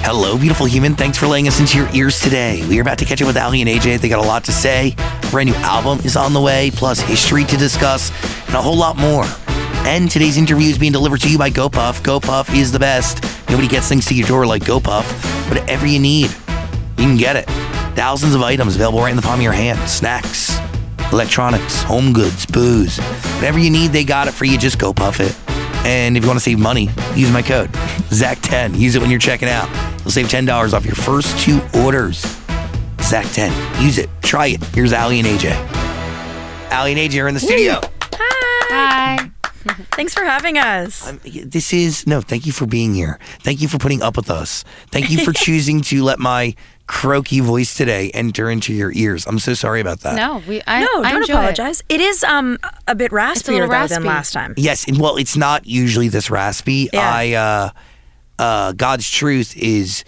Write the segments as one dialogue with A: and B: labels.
A: Hello, beautiful human. Thanks for letting us into your ears today. We are about to catch up with Ali and AJ. They got a lot to say. A brand new album is on the way, plus history to discuss, and a whole lot more. And today's interview is being delivered to you by GoPuff. GoPuff is the best. Nobody gets things to your door like GoPuff. Whatever you need, you can get it. Thousands of items available right in the palm of your hand. Snacks, electronics, home goods, booze. Whatever you need, they got it for you. Just go puff it. And if you want to save money, use my code ZAC10. Use it when you're checking out. You'll save $10 off your first two orders. ZAC10. Use it. Try it. Here's Ali and AJ. Ali and AJ are in the studio.
B: Hi.
C: Thanks for having us.
A: Um, this is no thank you for being here thank you for putting up with us thank you for choosing to let my croaky voice today enter into your ears i'm so sorry about that
B: No, we. I,
C: no,
B: I
C: don't
B: enjoy
C: apologize. it is um a bit
B: a
C: raspier
B: little
C: though
B: raspy.
C: than last time.
A: yes and- well it's not usually this raspy
C: Yeah.
A: i uh uh god's truth is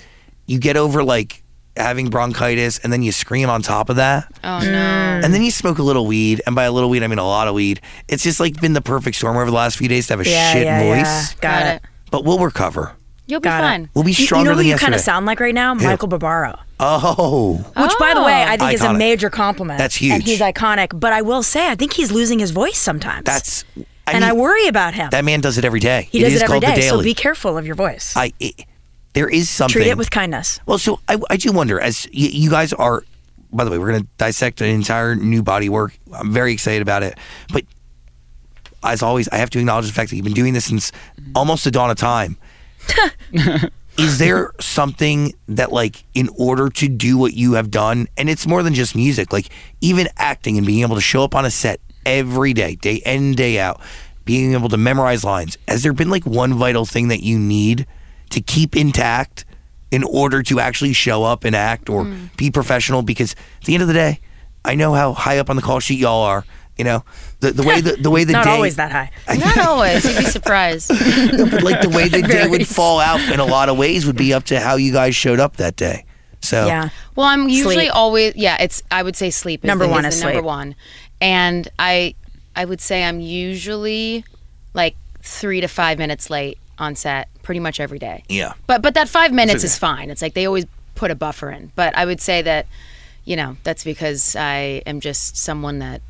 A: you get over like having bronchitis and then you scream on top of that
B: It.
C: Mm,
B: Oh no.
A: and then you smoke a little weed and by a little weed i mean a lot of weed it's just like been the perfect storm over the last few days to have a
C: Yeah,
A: shit
C: yeah, yeah.
A: voice
C: Got, it.
A: but we'll recover
B: You'll be
C: Got it.
B: fine.
A: we'll be
C: You-
A: stronger
C: you know who
A: than
C: you
A: yesterday
C: kind of sound like right now? Michael Barbaro.
A: oh
C: Which, by the way, I think is a
A: Iconic.
C: major compliment.
A: That's
C: And
A: huge.
C: he's iconic. But I will say, I think he's losing his voice sometimes.
A: That's I mean,
C: and I worry about him.
A: that man does it every day.
C: he does it every
A: called The
C: day.
A: Daily.
C: So be careful of your voice.
A: I it, there is something.
C: Treat it with kindness.
A: well, so I, I do wonder as you, you guys are. By the way, we're going to dissect an entire new body work. I'm very excited about it, but as always, I have to acknowledge the fact that you've been doing this since almost the dawn of time. is there something that, like, in order to do what you have done, and it's more than just music, like, even acting and being able to show up on a set every day, day in, day out, being able to memorize lines, has there been, like, one vital thing that you need to keep intact in order to actually show up and act or
C: Hmm.
A: be professional? Because at the end of the day, I know how high up on the call sheet y'all are. You know, the, the way the, the way the
C: Not
A: day
C: always that high.
B: Not always. You'd be surprised.
A: but like the way the day would
B: Varies.
A: fall out in a lot of ways would be up to how you guys showed up that day. So
C: Yeah.
B: Well, I'm usually
C: Sleep.
B: always yeah. It's I would say sleep is
C: Number
B: the,
C: one
B: is
C: is
B: the number
C: sleep.
B: one, and I I would say I'm usually like three to five minutes late on set pretty much every day.
A: Yeah.
B: But but that five minutes is fine. It's like they always put a buffer in. But I would say that you know that's because I am just someone that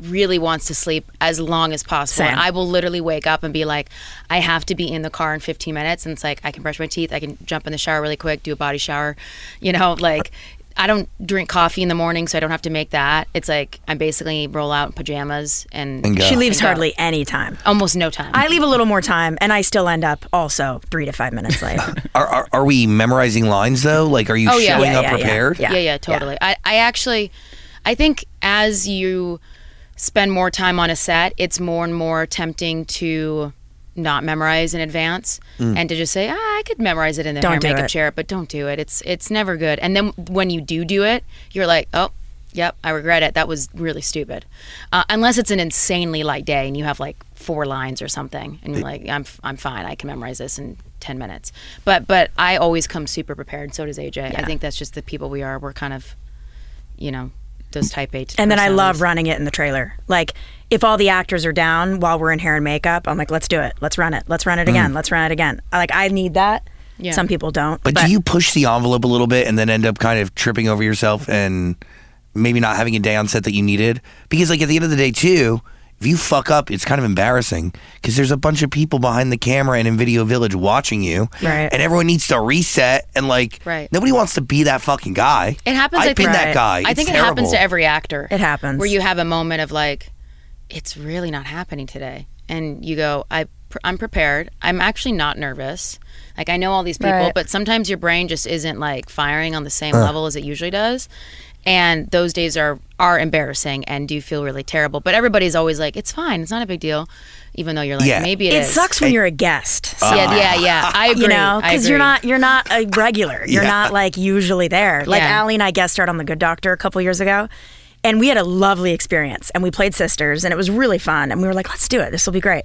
B: really wants to sleep as long as possible. And
C: Same.
B: I will literally wake up and be like, I have to be in the car in 15 minutes. And it's like, I can brush my teeth, I can jump in the shower really quick, do a body shower. You know, like, I don't drink coffee in the morning, so I don't have to make that. It's like, I basically roll out in pajamas and,
A: And go.
C: She leaves
B: Thank God.
C: hardly any time.
B: almost no time.
C: I leave a little more time, and I still end up also three to five minutes late.
A: Are, are are we memorizing lines though? Like, are you
B: Oh, yeah.
A: showing
C: Yeah,
A: up
C: yeah, yeah.
A: prepared?
C: Yeah.
B: yeah, yeah, totally. I, I actually, I think as you spend more time on a set, it's more and more tempting to not memorize in advance and to just say, ah, I could memorize it in the
C: Don't
B: hair
C: do
B: makeup
C: it.
B: chair, but don't do it. It's it's never good. And then when you do do it, you're like, oh. Yep, I regret it. That was really stupid. Uh, unless it's an insanely light day and you have like four lines or something, and you're like, "I'm I'm fine. I can memorize this in ten minutes." But but I always come super prepared. So does AJ. I think that's just the people we are. We're kind of, you know, those type A.
C: And then I love
B: personalities.
C: running it in the trailer. Like, if all the actors are down while we're in hair and makeup, I'm like, let's do it. Let's run it. Let's
B: Mm.
C: run it again. Let's run it again. I- Like, I need that.
B: Yeah.
C: Some people don't.
A: But, do you push the envelope a little bit and then end up kind of tripping over yourself and maybe not having a day on set that you needed? Because like at the end of the day too, if you fuck up, it's kind of embarrassing because there's a bunch of people behind the camera and in Video Village watching you,
C: Right.
A: And everyone needs to reset and like
B: Right.
A: nobody wants to be that fucking guy.
B: It happens.
A: I've
B: I
A: been
B: think,
A: that guy.
B: I
A: It's
B: think it happens to
A: terrible.
B: every actor.
C: It happens.
B: where you have a moment of like, it's really not happening today, and you go, I, pr- I'm prepared. I'm actually not nervous. Like I know all these people,
C: Right.
B: but sometimes your brain just isn't like firing on the same level as it usually does, and those days are are embarrassing and do feel really terrible. But everybody's always like, it's fine. It's not a big deal, even though you're like,
A: Yeah.
B: maybe
C: it
B: is."
C: sucks when you're a guest. So,
B: Yeah, yeah, yeah. I agree.
C: You know,
B: I
C: because you're
B: agree.
C: not you're not a regular. You're
A: Yeah.
C: not like usually there. Like
B: Yeah.
C: Allie and I guest starred on The Good Doctor a couple years ago, and we had a lovely experience. And we played sisters, and it was really fun. And we were like, let's do it. This will be great.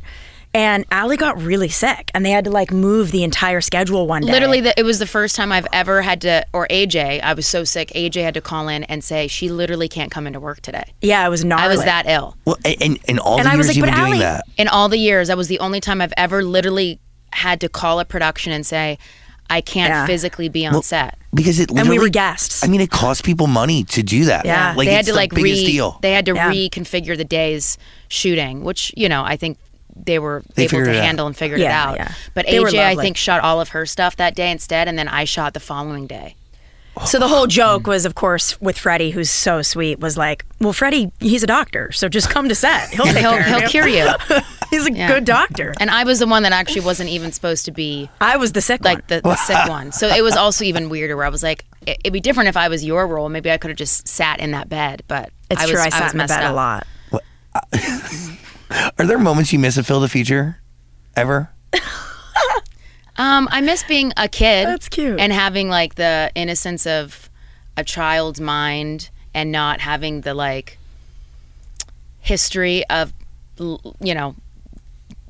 C: And Allie got really sick, and they had to like move the entire schedule one day.
B: Literally, the, it was the first time I've ever had to, or AJ, I was so sick. AJ had to call in and say, she literally can't come into work today.
C: Yeah, it was gnarly.
B: I was that ill.
A: Well, and and, and all
C: And
A: the
C: I
A: years
C: was like,
A: you've
C: "But
A: been doing
C: Ally,
A: that.
B: In all the years, that was the only time I've ever literally had to call a production and say, I can't
C: Yeah.
B: physically be on
A: Well,
B: set.
A: because it
C: we
A: literally,
C: were guests.
A: I mean, it cost people money to do that.
C: Yeah.
A: like
B: they had
A: it's
B: to
A: the
B: like
A: biggest
B: re,
A: deal.
B: they had to
C: Yeah.
B: reconfigure the day's shooting, which you know I think they were
A: They
B: able
A: figured
B: to
A: it out.
B: handle and figured
C: Yeah,
B: it out.
C: yeah.
B: But
C: They were
B: AJ, I
C: lovely.
B: think, shot all of her stuff that day instead, and then I shot the following day.
C: So the whole joke was, of course, with Freddie, who's so sweet, was like, "Well, Freddie, he's a doctor, so just come to set. He'll take
B: He'll,
C: care of
B: he'll
C: you.
B: cure you.
C: He's a good doctor."
B: And I was the one that actually wasn't even supposed to be
C: I was the sick one.
B: like the, the sick one. So it was also even weirder where I was like, it, it'd be different if I was your role. Maybe I could have just sat in that bed, but
C: it's
B: I was,
C: true. I
B: I
C: sat
B: was
C: in the
B: messed
C: bed
B: up.
C: a lot.
A: Are there moments you miss in Phil the Future, ever?
B: Um, I miss being a kid.
C: That's cute.
B: And having like the innocence of a child's mind and not having the like history of l- you know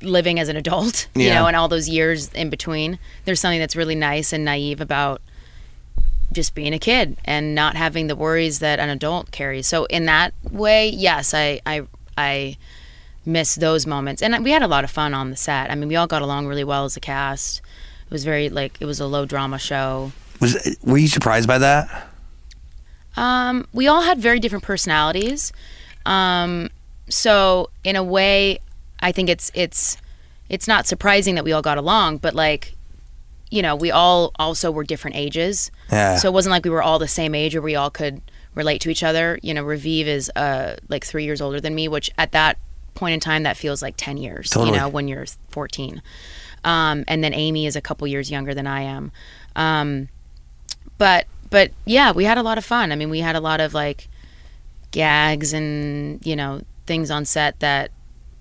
B: living as an adult, you
A: Yeah.
B: know, and all those years in between. There's something that's really nice and naive about just being a kid and not having the worries that an adult carries. So in that way, yes, I I I miss those moments. And we had a lot of fun on the set. I mean, we all got along really well as a cast. It was very like it was a low drama show.
A: Was were you surprised by that?
B: Um, we all had very different personalities. Um, so in a way, I think it's it's it's not surprising that we all got along, but like you know, we all also were different ages.
A: Yeah.
B: So it wasn't like we were all the same age or we all could relate to each other. You know, Raviv is uh like 3 years older than me, which at that point in time that feels like 10 years,
A: Totally.
B: you know, when you're 14. Um, and then Amy is a couple years younger than I am. Um, but but yeah, we had a lot of fun. I mean, we had a lot of like gags and you know things on set that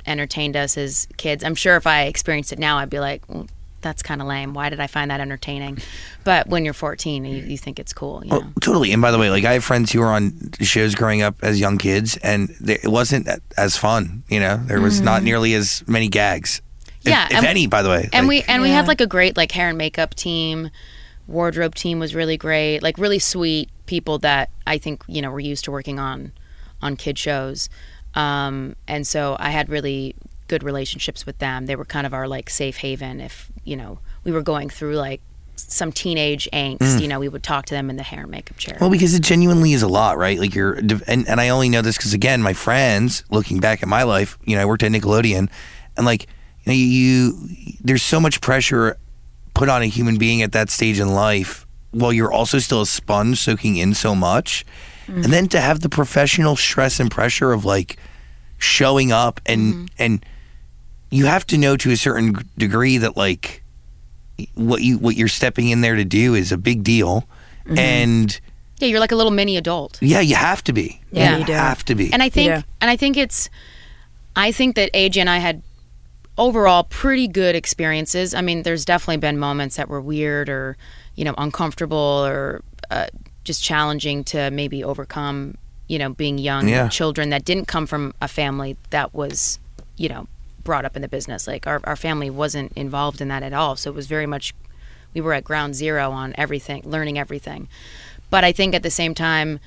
B: entertained us as kids. I'm sure if I experienced it now, I'd be like, well, "That's kind of lame. Why did I find that entertaining?" But when you're 14, you, you think it's cool.
A: Oh,
B: You know?
A: Totally. And by the way, like I have friends who were on shows growing up as young kids, and they, it wasn't a- as fun. You know, there was not nearly as many gags. If-
B: Mm-hmm. Yeah,
A: if,
B: and-
A: any. By the way,
B: and
A: Like,
B: we and we had like a great like hair and makeup team wardrobe team was really great like really sweet people that i think you know were used to working on on kid shows um and so i had really good relationships with them they were kind of our like safe haven if you know we were going through like some teenage angst you know we would talk to them in the hair and makeup chair
A: Mm. Well, because it genuinely is a lot, right? Like you're, and, and I only know this because again, my friends looking back at my life, you know, I worked at Nickelodeon, and like you, know, you there's so much pressure put on a human being at that stage in life, while you're also still a sponge soaking in so much, and then to have the professional stress and pressure of like showing up and and you have to know to a certain g- degree that like what you what you're stepping in there to do is a big deal. And
B: yeah you're like a little mini adult
A: yeah, you have to be.
B: Yeah,
A: you
B: you
C: do.
A: have to be.
B: And I think
C: Yeah.
B: and I think it's I think that AJ and I had overall pretty good experiences. I mean, there's definitely been moments that were weird or, you know, uncomfortable or uh, just challenging to maybe overcome, you know, being young
A: Yeah.
B: children that didn't come from a family that was, you know, brought up in the business. Like our our family wasn't involved in that at all. So it was very much we were at ground zero on everything, learning everything. But I think at the same time,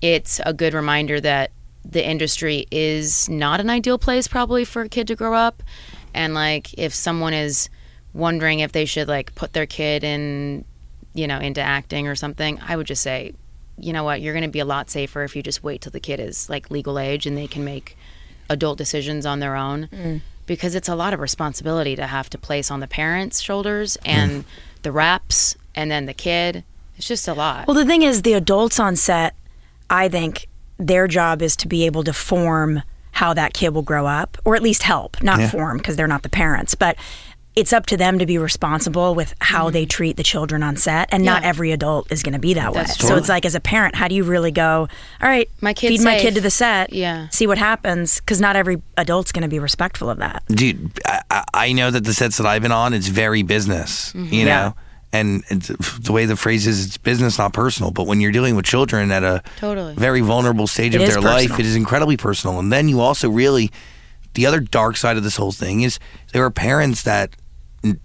B: it's a good reminder that the industry is not an ideal place probably for a kid to grow up. And like if someone is wondering if they should like put their kid in, you know, into acting or something, I would just say, you know what, you're going to be a lot safer if you just wait till the kid is like legal age and they can make adult decisions on their own because it's a lot of responsibility to have to place on the parents' shoulders and the reps and then the kid. It's just a lot.
C: Well, the thing is, the adults on set, I think their job is to be able to form how that kid will grow up, or at least help, not form, form because they're not the parents. But it's up to them to be responsible with how they treat the children on set, and not
B: Yeah.
C: every adult is going to be that way.
B: That's
C: So
B: true.
C: it's like, as a parent, how do you really go? All right,
B: My kid's
C: feed my kid
B: safe."
C: to the set,
B: Yeah.
C: see what happens, because not every adult's going to be respectful of that.
A: Dude, I, I- I know that the sets that I've been on, it's very business, you know?
C: Mm-hmm. Yeah.
A: And it's, the way the phrase is, it's business, not personal. But when you're dealing with children at a
B: Totally.
A: very vulnerable stage
C: It
A: of
C: is
A: their life,
C: personal.
A: it is incredibly personal. And then you also really, the other dark side of this whole thing is there are parents that n-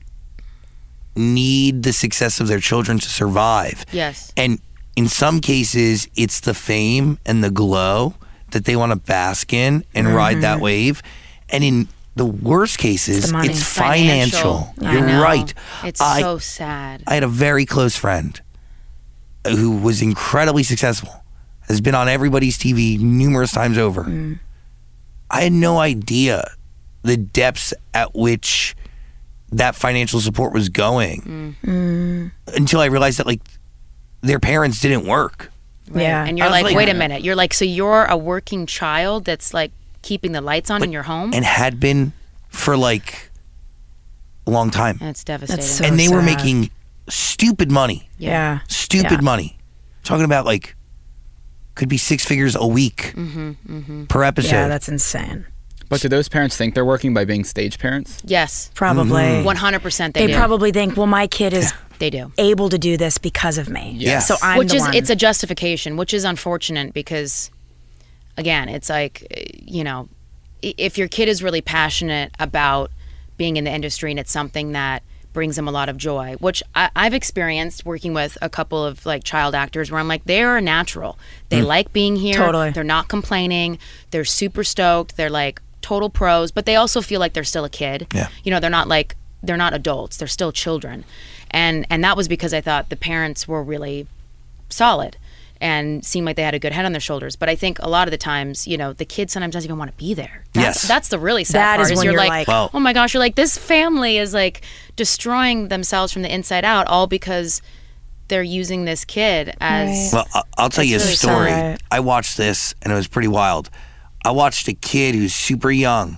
A: need the success of their children to survive.
B: Yes.
A: And in some cases, it's the
B: Mm-hmm.
A: fame and the glow that they want to bask in and ride that wave. And in the worst case is it's,
C: money.
A: financial.
B: I
A: You're
B: know.
A: right.
B: It's
A: I,
B: so sad.
A: I had a very close friend who was incredibly successful, has been on everybody's TV numerous times over.
C: Mm.
A: I had no idea the depths at which that financial support was going
C: Mm.
A: until I realized that, like, their parents didn't work.
C: Yeah.
A: I
B: And you're
A: was
B: like,
A: like-
B: wait a minute. You're like, so you're a working child that's like keeping the lights on in your
C: Mm.
B: home?
A: and had been for like a long time.
B: That's devastating.
C: so-
A: and they were
C: sad.
A: making stupid money,
C: yeah.
A: stupid
C: Yeah.
A: money. Talking about like could be six figures a week per episode.
C: Mm-hmm, Yeah, that's insane.
D: But do those parents think they're working by being stage parents?
B: yes.
C: Probably.
B: Mm-hmm. 100%
C: They
B: they, do.
C: probably think, well, my kid is
B: they do.
C: able to do this because of me.
A: Yes.
C: So I'm
B: which
C: the
B: is
C: one.
B: it's a justification, which is unfortunate because again, it's like eh, you know, i- if your kid is really passionate about being in the industry and it's something that brings them a lot of joy, which I, I've experienced working with a couple of like child actors where I'm like, they are a natural. They like being here.
C: Mm. Totally.
B: They're not complaining. They're super stoked. They're like total pros, but they also feel like they're still a kid.
A: Yeah.
B: You know, they're not like they're not adults. They're still children. And and that was because I thought the parents were really solid and seemed like they had a good head on their shoulders. But I think a lot of the times, you know, the kid sometimes doesn't even want to be there. That's,
A: Yes.
B: That's the really sad
C: That
B: part
C: is
B: is
C: when
B: you're,
C: you're
B: like,
C: like-
A: Wow.
B: oh my gosh, you're like, this family is like destroying themselves from the inside out all because they're using this kid as
A: Well, I- I'll tell you a
C: really
A: story.
C: sad.
A: I watched this and it was pretty wild. I watched a kid who's super young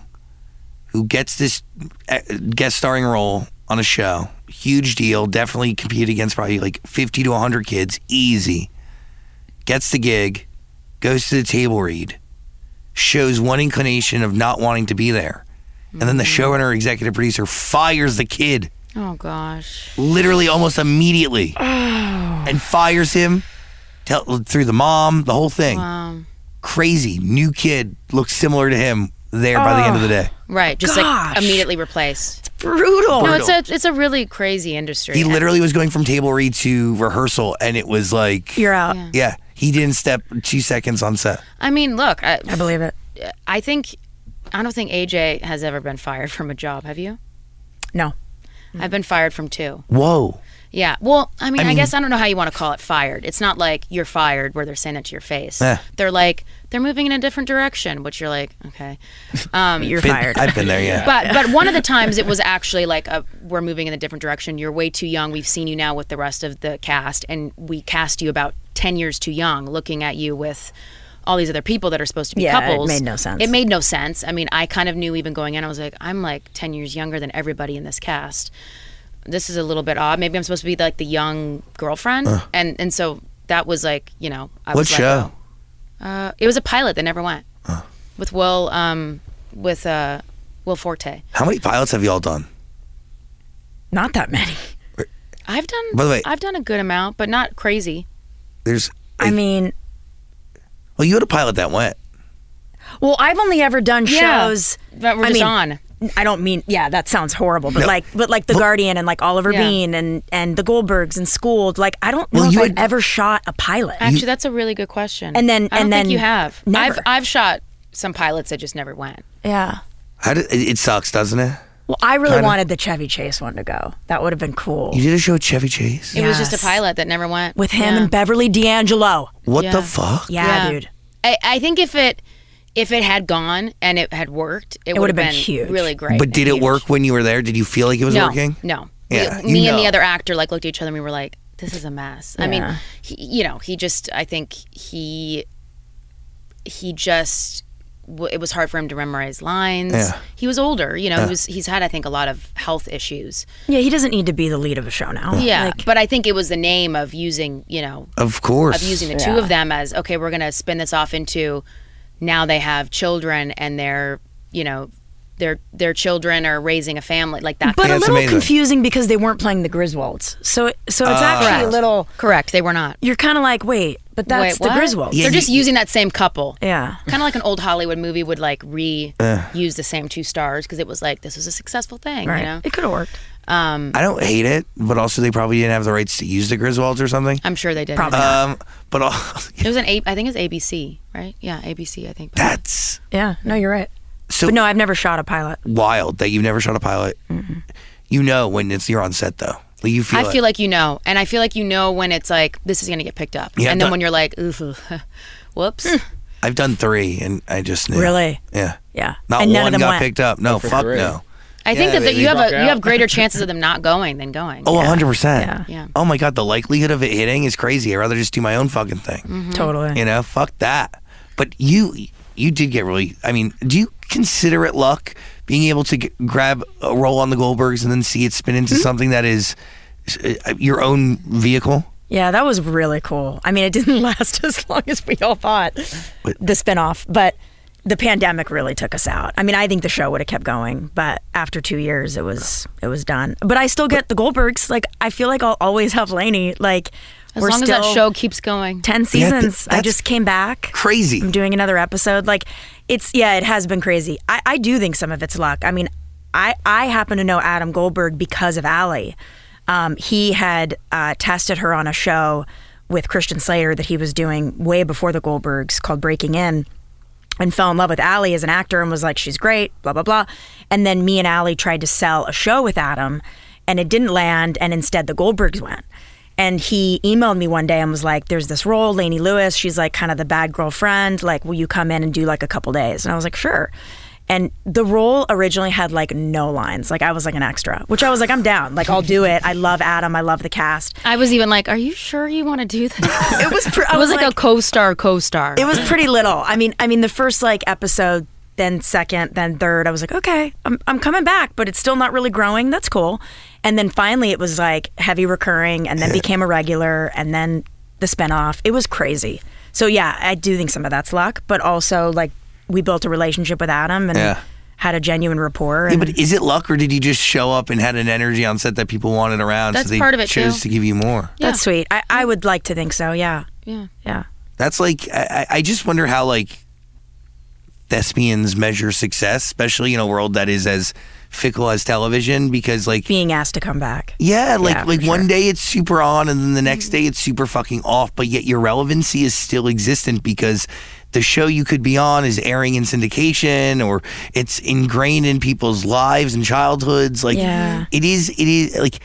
A: who gets this uh, guest starring role on a show. Huge deal. Definitely compete against probably like 50 to 100 kids. Easy. Gets the gig, goes to the table read, shows one inclination of not wanting to be there. And then the
C: Mm-hmm.
A: showrunner, executive producer fires the kid
B: oh gosh.
A: literally almost immediately
C: Oh.
A: and fires him tell, through the mom, the whole thing.
B: Um,
A: Crazy. New kid looks similar to him there by the end of the day.
B: right. Just
C: Gosh.
B: like immediately replaced.
C: brutal.
B: No, it's a it's a really crazy industry.
A: He literally was going from table read to rehearsal, and it was like,
C: You're out.
B: Yeah.
A: yeah, he didn't step two seconds on set.
B: I mean, look, I,
C: I believe it.
B: I think I don't think AJ has ever been fired from a job. Have you?
C: No. Mm.
B: I've been fired from two.
A: Whoa.
B: Yeah. Well, I mean, I,
A: mean-
B: guess I don't know how you want to call it fired. It's not like you're fired where they're saying it to your face.
A: Eh.
B: They're like they're moving in a different direction, which you're like, okay. Um,
C: You're
A: Been-
C: fired.
A: I've been there, yeah.
B: but but one of the times it was actually like a, we're moving in a different direction. You're way too young. We've seen you now with the rest of the cast, and we cast you about ten years too young, looking at you with all these other people that are supposed to be
C: Yeah, it
B: couples.
C: made no sense.
B: It made no sense. I mean, I kind of knew even going in. I was like, I'm like ten years younger than everybody in this cast. This is a little bit odd. Maybe I'm supposed to be like the young girlfriend, and and so that was like you know I
A: what
B: was let go.
A: show?
B: Uh, it was a pilot that never went with Will um, with uh, Will Forte.
A: How many pilots have y'all done?
C: Not that many.
B: I've done.
A: By the way-
B: I've done a good amount, but not crazy.
A: There's,
C: I mean,
A: well, you had a pilot that went.
C: well, I've only ever done
B: Yeah.
C: shows
B: That we're
C: I
B: just
C: mean,
B: on.
C: I don't mean yeah, that sounds horrible, but like but like The Guardian and like Oliver
B: Yeah.
C: Bean and and the Goldbergs and Schooled, like I don't know
A: Well,
C: if
A: you
C: I've
A: had-
C: ever shot a pilot.
B: Actually, that's a really good question.
C: And then-
B: I don't
C: and
B: think
C: then
B: you have. I've
C: never.
B: I've shot some pilots that just never went.
C: yeah.
A: How did, it, it sucks, doesn't it?
C: Well, I really
A: Kinda.
C: wanted the Chevy Chase one to go. That would have been cool.
A: You did a show with Chevy Chase?
B: It was just
C: Yes.
B: a pilot that never went
C: With him
B: Yeah.
C: and Beverly D'Angelo.
A: What
B: Yeah.
A: the fuck?
C: Yeah, dude.
B: I, I think if it if it had gone and it had worked, it, would
C: would've
B: have
C: been
B: been,
C: huge.
B: really great.
A: But did
B: and
A: it
B: huge.
A: work when you were there? Did you feel like it was
B: no,
A: working?
B: No.
A: Yeah,
B: We-
A: you
B: me and the
A: know.
B: other actor like looked at each other and we were like, this is a mess. I mean, he, you know, he just, I think he, he just, w- it was hard for him to memorize lines.
A: Yeah.
B: He was older, you know, he was, he's had, I think, a lot of health issues.
C: Yeah, he doesn't need to be the lead of a show now.
B: Yeah.
C: Like,
B: but I think it was the name of using, you know,
A: Of course.
B: of using the two of them as okay we're going to spin this off into now they have children and they're you know their their children are raising a family like that
C: but
A: Yeah,
C: a
A: it's
C: little
A: amazing.
C: confusing because they weren't playing the Griswolds. So it- so
A: Ah.
C: it's actually a little
B: correct they were not
C: you're kind of like, "Wait, but that's
B: Wait,
C: the
B: what?
C: Griswolds."
A: Yeah,
B: they're just
A: you-
B: using that same couple
C: Yeah.
B: kind of like an old hollywood movie would like reuse
A: Uh,
B: the same two stars because it was like this was a successful thing
C: Right.
B: you know
C: It could have
A: Uh,
C: worked.
A: I don't hate it, but also they probably didn't have the rights to use the Griswolds or something.
B: i'm sure they did
C: Probably.
A: Um, but all,
B: it was an a- i think it's abc right yeah abc i think
A: that's
C: Yeah. No, you're right.
A: So
C: But no, I've never shot a pilot.
A: wild that you've never shot a pilot. You know when it's you're on set though. Like you feel.
B: I
A: it.
B: feel like you know, and I feel like you know when it's like this is gonna get picked up,
A: Yeah,
B: and then
A: but-
B: when you're like, oof, whoops,
A: I've done three, and I just knew.
C: Really?
A: Yeah.
C: Yeah.
A: Not
C: and none
A: one
C: of them
A: got
C: went.
A: picked up. No, fuck
D: three.
A: no.
B: I think that,
D: Yeah,
B: that
D: they-
B: you
D: they
B: have
D: rock
B: a you
D: out.
B: have greater chances of them not going than going.
A: Oh, 100%.
C: Yeah.
B: Yeah.
A: Oh my God, the likelihood of it hitting is crazy. I'd rather just do my own fucking thing.
B: Mm-hmm.
C: Mm-hmm. Totally.
A: You know, fuck that. But you, you did get really, I mean, do you consider it luck being able to g- grab a role on the Goldbergs and then see it spin
B: Hmm?
A: into something that is uh, your own vehicle?
C: Yeah, that was really cool. I mean, it didn't last as long as we all thought, the spinoff, but the pandemic really took us out. I mean, I think the show would have kept going, but after two years, it was it was done. But I still get the Goldbergs. Like, I feel like I'll always have Lainey. Like,
B: As
C: we're
B: long as
C: still
B: that show keeps going.
A: Yeah,
C: ten
A: th-
C: seasons. I
A: that's
C: just came back.
A: Crazy.
C: I'm doing another episode. Like it's yeah, it has been crazy. I, I do think some of it's luck. I mean, I I happen to know Adam Goldberg because of Allie. Um, he had uh, tested her on a show with Christian Slater that he was doing way before the Goldbergs called Breaking In and fell in love with Allie as an actor and was like, she's great, blah, blah, blah. And then me and Allie tried to sell a show with Adam and it didn't land. And instead, the Goldbergs went. And he emailed me one day and was like, there's this role, Lainey Lewis. She's like kind of the bad girlfriend. Like, will you come in and do like a couple days? And I was like, sure. And the role originally had like no lines. Like, I was like an extra, which I was like, I'm down. Like, I'll do it. I love Adam. I love the cast.
B: I was even like, "Are you sure you want to do this?"
C: It was, pr-
B: I was like, a co-star, co-star.
C: it was pretty little. I mean, I mean the first like episode, then second, then third. I was like, okay, I'm I'm coming back, but it's still not really growing. That's cool. And then finally, it was like heavy recurring, and then became a regular, and then the spinoff. It was crazy. So yeah, I do think some of that's luck, but also like we built a relationship with Adam and
A: Yeah.
C: had a genuine rapport. And,
A: But is it luck, or did you just show up and had an energy on set that people wanted around?
B: That's
A: so they
B: part of it,
A: chose to
B: too.
A: give you more.
C: That's sweet. I, I would like to think so. Yeah.
B: yeah.
C: Yeah.
A: That's like I, I I just wonder how like thespians measure success, especially in a world that is as fickle as television. Because like
C: Being asked to come back.
A: yeah, like
C: Yeah, for Mm.
A: like one day it's super on, and then the next day it's super fucking off. But yet your relevancy is still existent because the show you could be on is airing in syndication, or it's ingrained in people's lives and childhoods. Like
C: Yeah.
A: it is, it is like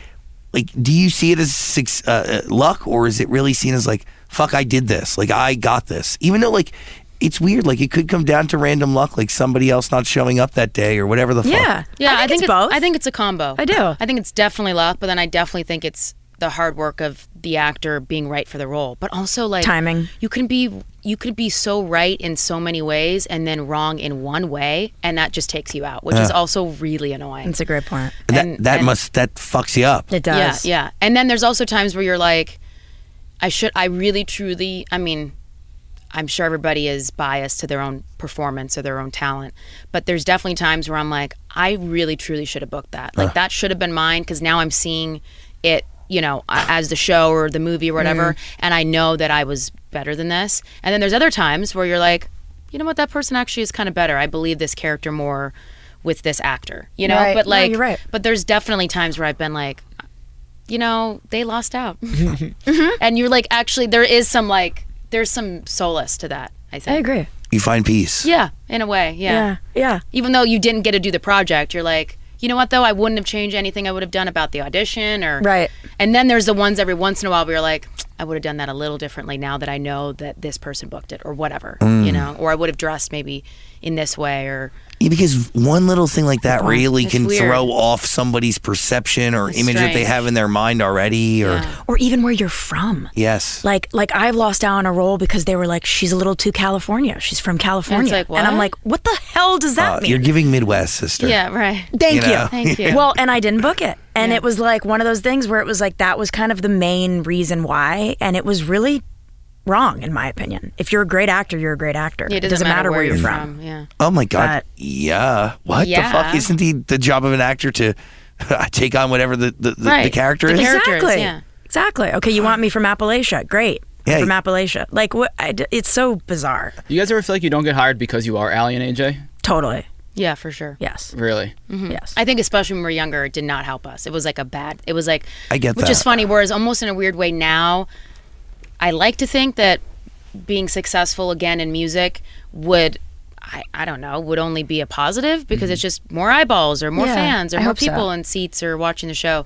A: like do you see it as suc- uh, uh, luck, or is it really seen as like fuck? I did this. Like I got this. Even though like. It's weird. Like it could come down to random luck, like somebody else not showing up that day or whatever the fuck.
C: Yeah.
B: Yeah, I think,
C: it's both.
B: I think it's a combo.
C: I do.
B: I think it's definitely luck, but then I definitely think it's the hard work of the actor being right for the role, but also like
C: Timing.
B: You can be you could be so right in so many ways and then wrong in one way, and that just takes you out, which is also really annoying.
C: That's a great point.
A: That
B: And-
A: that
B: and-
A: must that fucks you up.
C: It does.
B: Yeah, yeah. And then there's also times where you're like, I should, I really, truly, I mean, I'm sure everybody is biased to their own performance or their own talent, but there's definitely times where I'm like, I really, truly should have booked that. Like that should have been mine because now I'm seeing it, you know, a- as the show or the movie or whatever,
C: Mm.
B: and I know that I was better than this. And then there's other times where you're like, you know what, that person actually is kind of better. I believe this character more with this actor, you know.
C: Right.
B: But
C: No,
B: like,
C: you're right.
B: but there's definitely times where I've been like, you know, they lost out. Mm-hmm. And you're like, actually, there is some like, there's some solace to that. I think.
C: agree.
A: You find peace.
B: Yeah, in a way. Yeah.
C: Yeah. Yeah.
B: Even though you didn't get to do the project, you're like, you know what though? I wouldn't have changed anything I would have done about the audition or
C: Right.
B: And then there's the ones every once in a while where you're like, I would have done that a little differently now that I know that this person booked it or whatever,
A: Mm.
B: you know, or I would have dressed maybe in this way or
A: Yeah, because one little thing like that really
B: It's
A: can
B: weird.
A: throw off somebody's perception or
B: It's
A: image that they
B: strange.
A: have in their mind already. Or
B: Yeah.
C: Or even where you're from.
A: yes,
C: Like like I've lost out on a role because they were like, she's a little too California. She's from California,
B: like,
C: I'm
B: what?
C: like, what the hell does that
A: Uh,
C: mean?
A: you're giving Midwest sister.
B: Yeah, right.
C: Thank
A: you
C: you.
A: know.
B: Thank you.
C: Well, and I didn't book it, and it was like one of those things where it was like that was kind of the main reason why, and it was really wrong in my opinion. If you're a great actor, you're a great actor.
B: it doesn't, matter, where, you're from. Yeah.
A: Oh my God.
C: But-
A: yeah. What the
B: Yeah.
A: fuck? Isn't the the job of an actor to take on whatever the the, the, the
B: Right.
A: character
B: The
A: is?
B: char- Characters,
C: Exactly.
B: yeah.
C: Exactly. Okay, you want me from Appalachia? Great. I'm
A: Yeah.
C: From Appalachia. Like what? I d it's so bizarre.
D: You guys ever feel like you don't get hired because you are Allie and AJ?
C: Totally.
B: Yeah, for sure.
C: Yes.
D: Really?
C: Yes.
B: I think especially when we were younger, it did not help us. It was like a bad. It was like
A: I get
B: which
A: that.
B: is funny. Whereas almost in a weird way now, I like to think that being successful again in music would I, I don't know, would only be a positive because it's just more eyeballs or more
C: Mm-hmm. Yeah,
B: fans or
C: I
B: more
C: hope so.
B: people in seats or watching the show.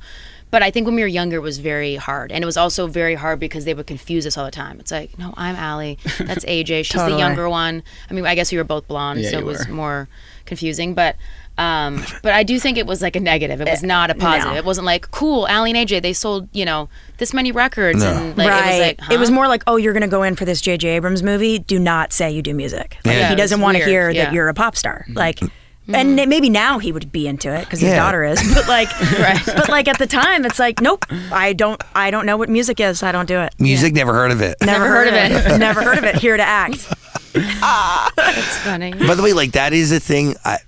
B: But I think when we were younger, it was very hard. And it was also very hard because they would confuse us all the time. It's like, no, I'm Allie. That's AJ. She's the
C: Totally.
B: younger one. I mean, I guess we were both blonde,
D: Yeah,
B: so
D: you
B: it was
D: were.
B: more confusing. But um, but I do think it was like a negative. It was not a positive.
C: Eh, no.
B: It wasn't like, cool, Allie and AJ, they sold, you know, this many records.
A: No.
B: And like,
C: right.
B: it was like, huh?
C: more like, oh, you're going to go in for this J.J. Abrams movie. Do not say you do music. Like,
A: Yeah,
C: he
A: it
C: doesn't
B: was
C: want to
B: weird,
C: hear
B: yeah. Mm-hmm.
C: that you're a pop star. Like, and it- maybe now he would be into it because his
A: Mm-hmm. Yeah.
C: daughter is. But like, but like at the time, it's like, nope, I don't, I don't know what music is. I don't do it.
A: Music, never heard of it.
C: Never,
B: heard of
C: it. Never heard of it. Here to act.
B: It's funny.
A: By the way, like that is a thing. I,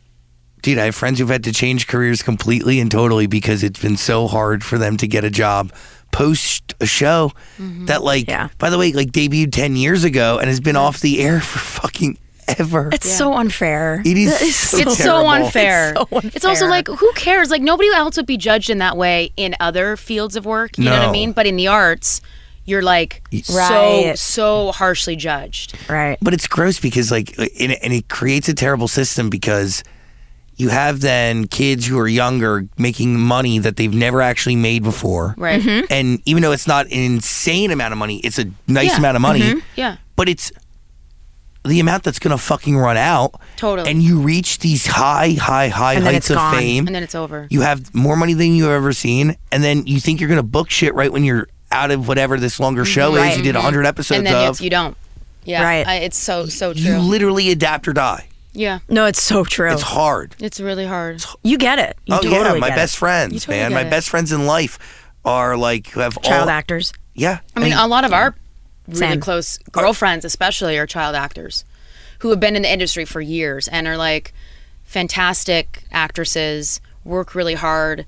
A: dude, I have friends who've had to change careers completely and totally because it's been so hard for them to get a job post a show that, like,
C: Yeah.
A: by the way, like debuted ten years ago and has been off the air for fucking ever.
C: It's so unfair.
A: It is
C: That
A: so
B: it's so
A: terrible.
B: unfair.
C: It's so
B: It's also
C: unfair.
B: like who cares? Like nobody else would be judged in that way in other fields of work. You know what
A: No.
B: I mean? But in the arts, you're like
C: Right.
B: so so harshly judged.
C: right.
A: But it's gross because like, and it, and it creates a terrible system because you have then kids who are younger making money that they've never actually made before,
B: Right.
C: Mm-hmm.
A: And even though it's not an insane amount of money, it's a nice
B: Yeah.
A: amount of money.
B: Yeah.
A: But it's the amount that's gonna fucking run out.
B: Totally.
A: And you reach these high, high, high
C: And then
A: heights
C: it's
A: of
C: gone.
A: fame.
B: And then it's over.
A: you have more money than you've ever seen, and then you think you're gonna book shit right when you're out of whatever this longer show is.
C: Right.
A: You did hundred episodes
B: Mm-hmm. and then
A: of.
B: it's, you don't. Yeah.
C: Right.
B: I, it's so so
A: you
B: true.
A: literally adapt or die.
B: yeah.
C: No, it's so true.
A: It's hard.
B: It's really hard.
C: you get it. You
A: oh
C: totally
A: yeah, my
C: get
A: best
C: it.
A: friends,
B: You totally
A: man.
B: get
A: My
B: it.
A: best friends in life are like who have
C: child
A: all
C: actors.
A: Yeah,
B: I mean, a lot of our really
C: Same.
B: close girlfriends, especially, are child actors who have been in the industry for years and are like fantastic actresses, work really hard,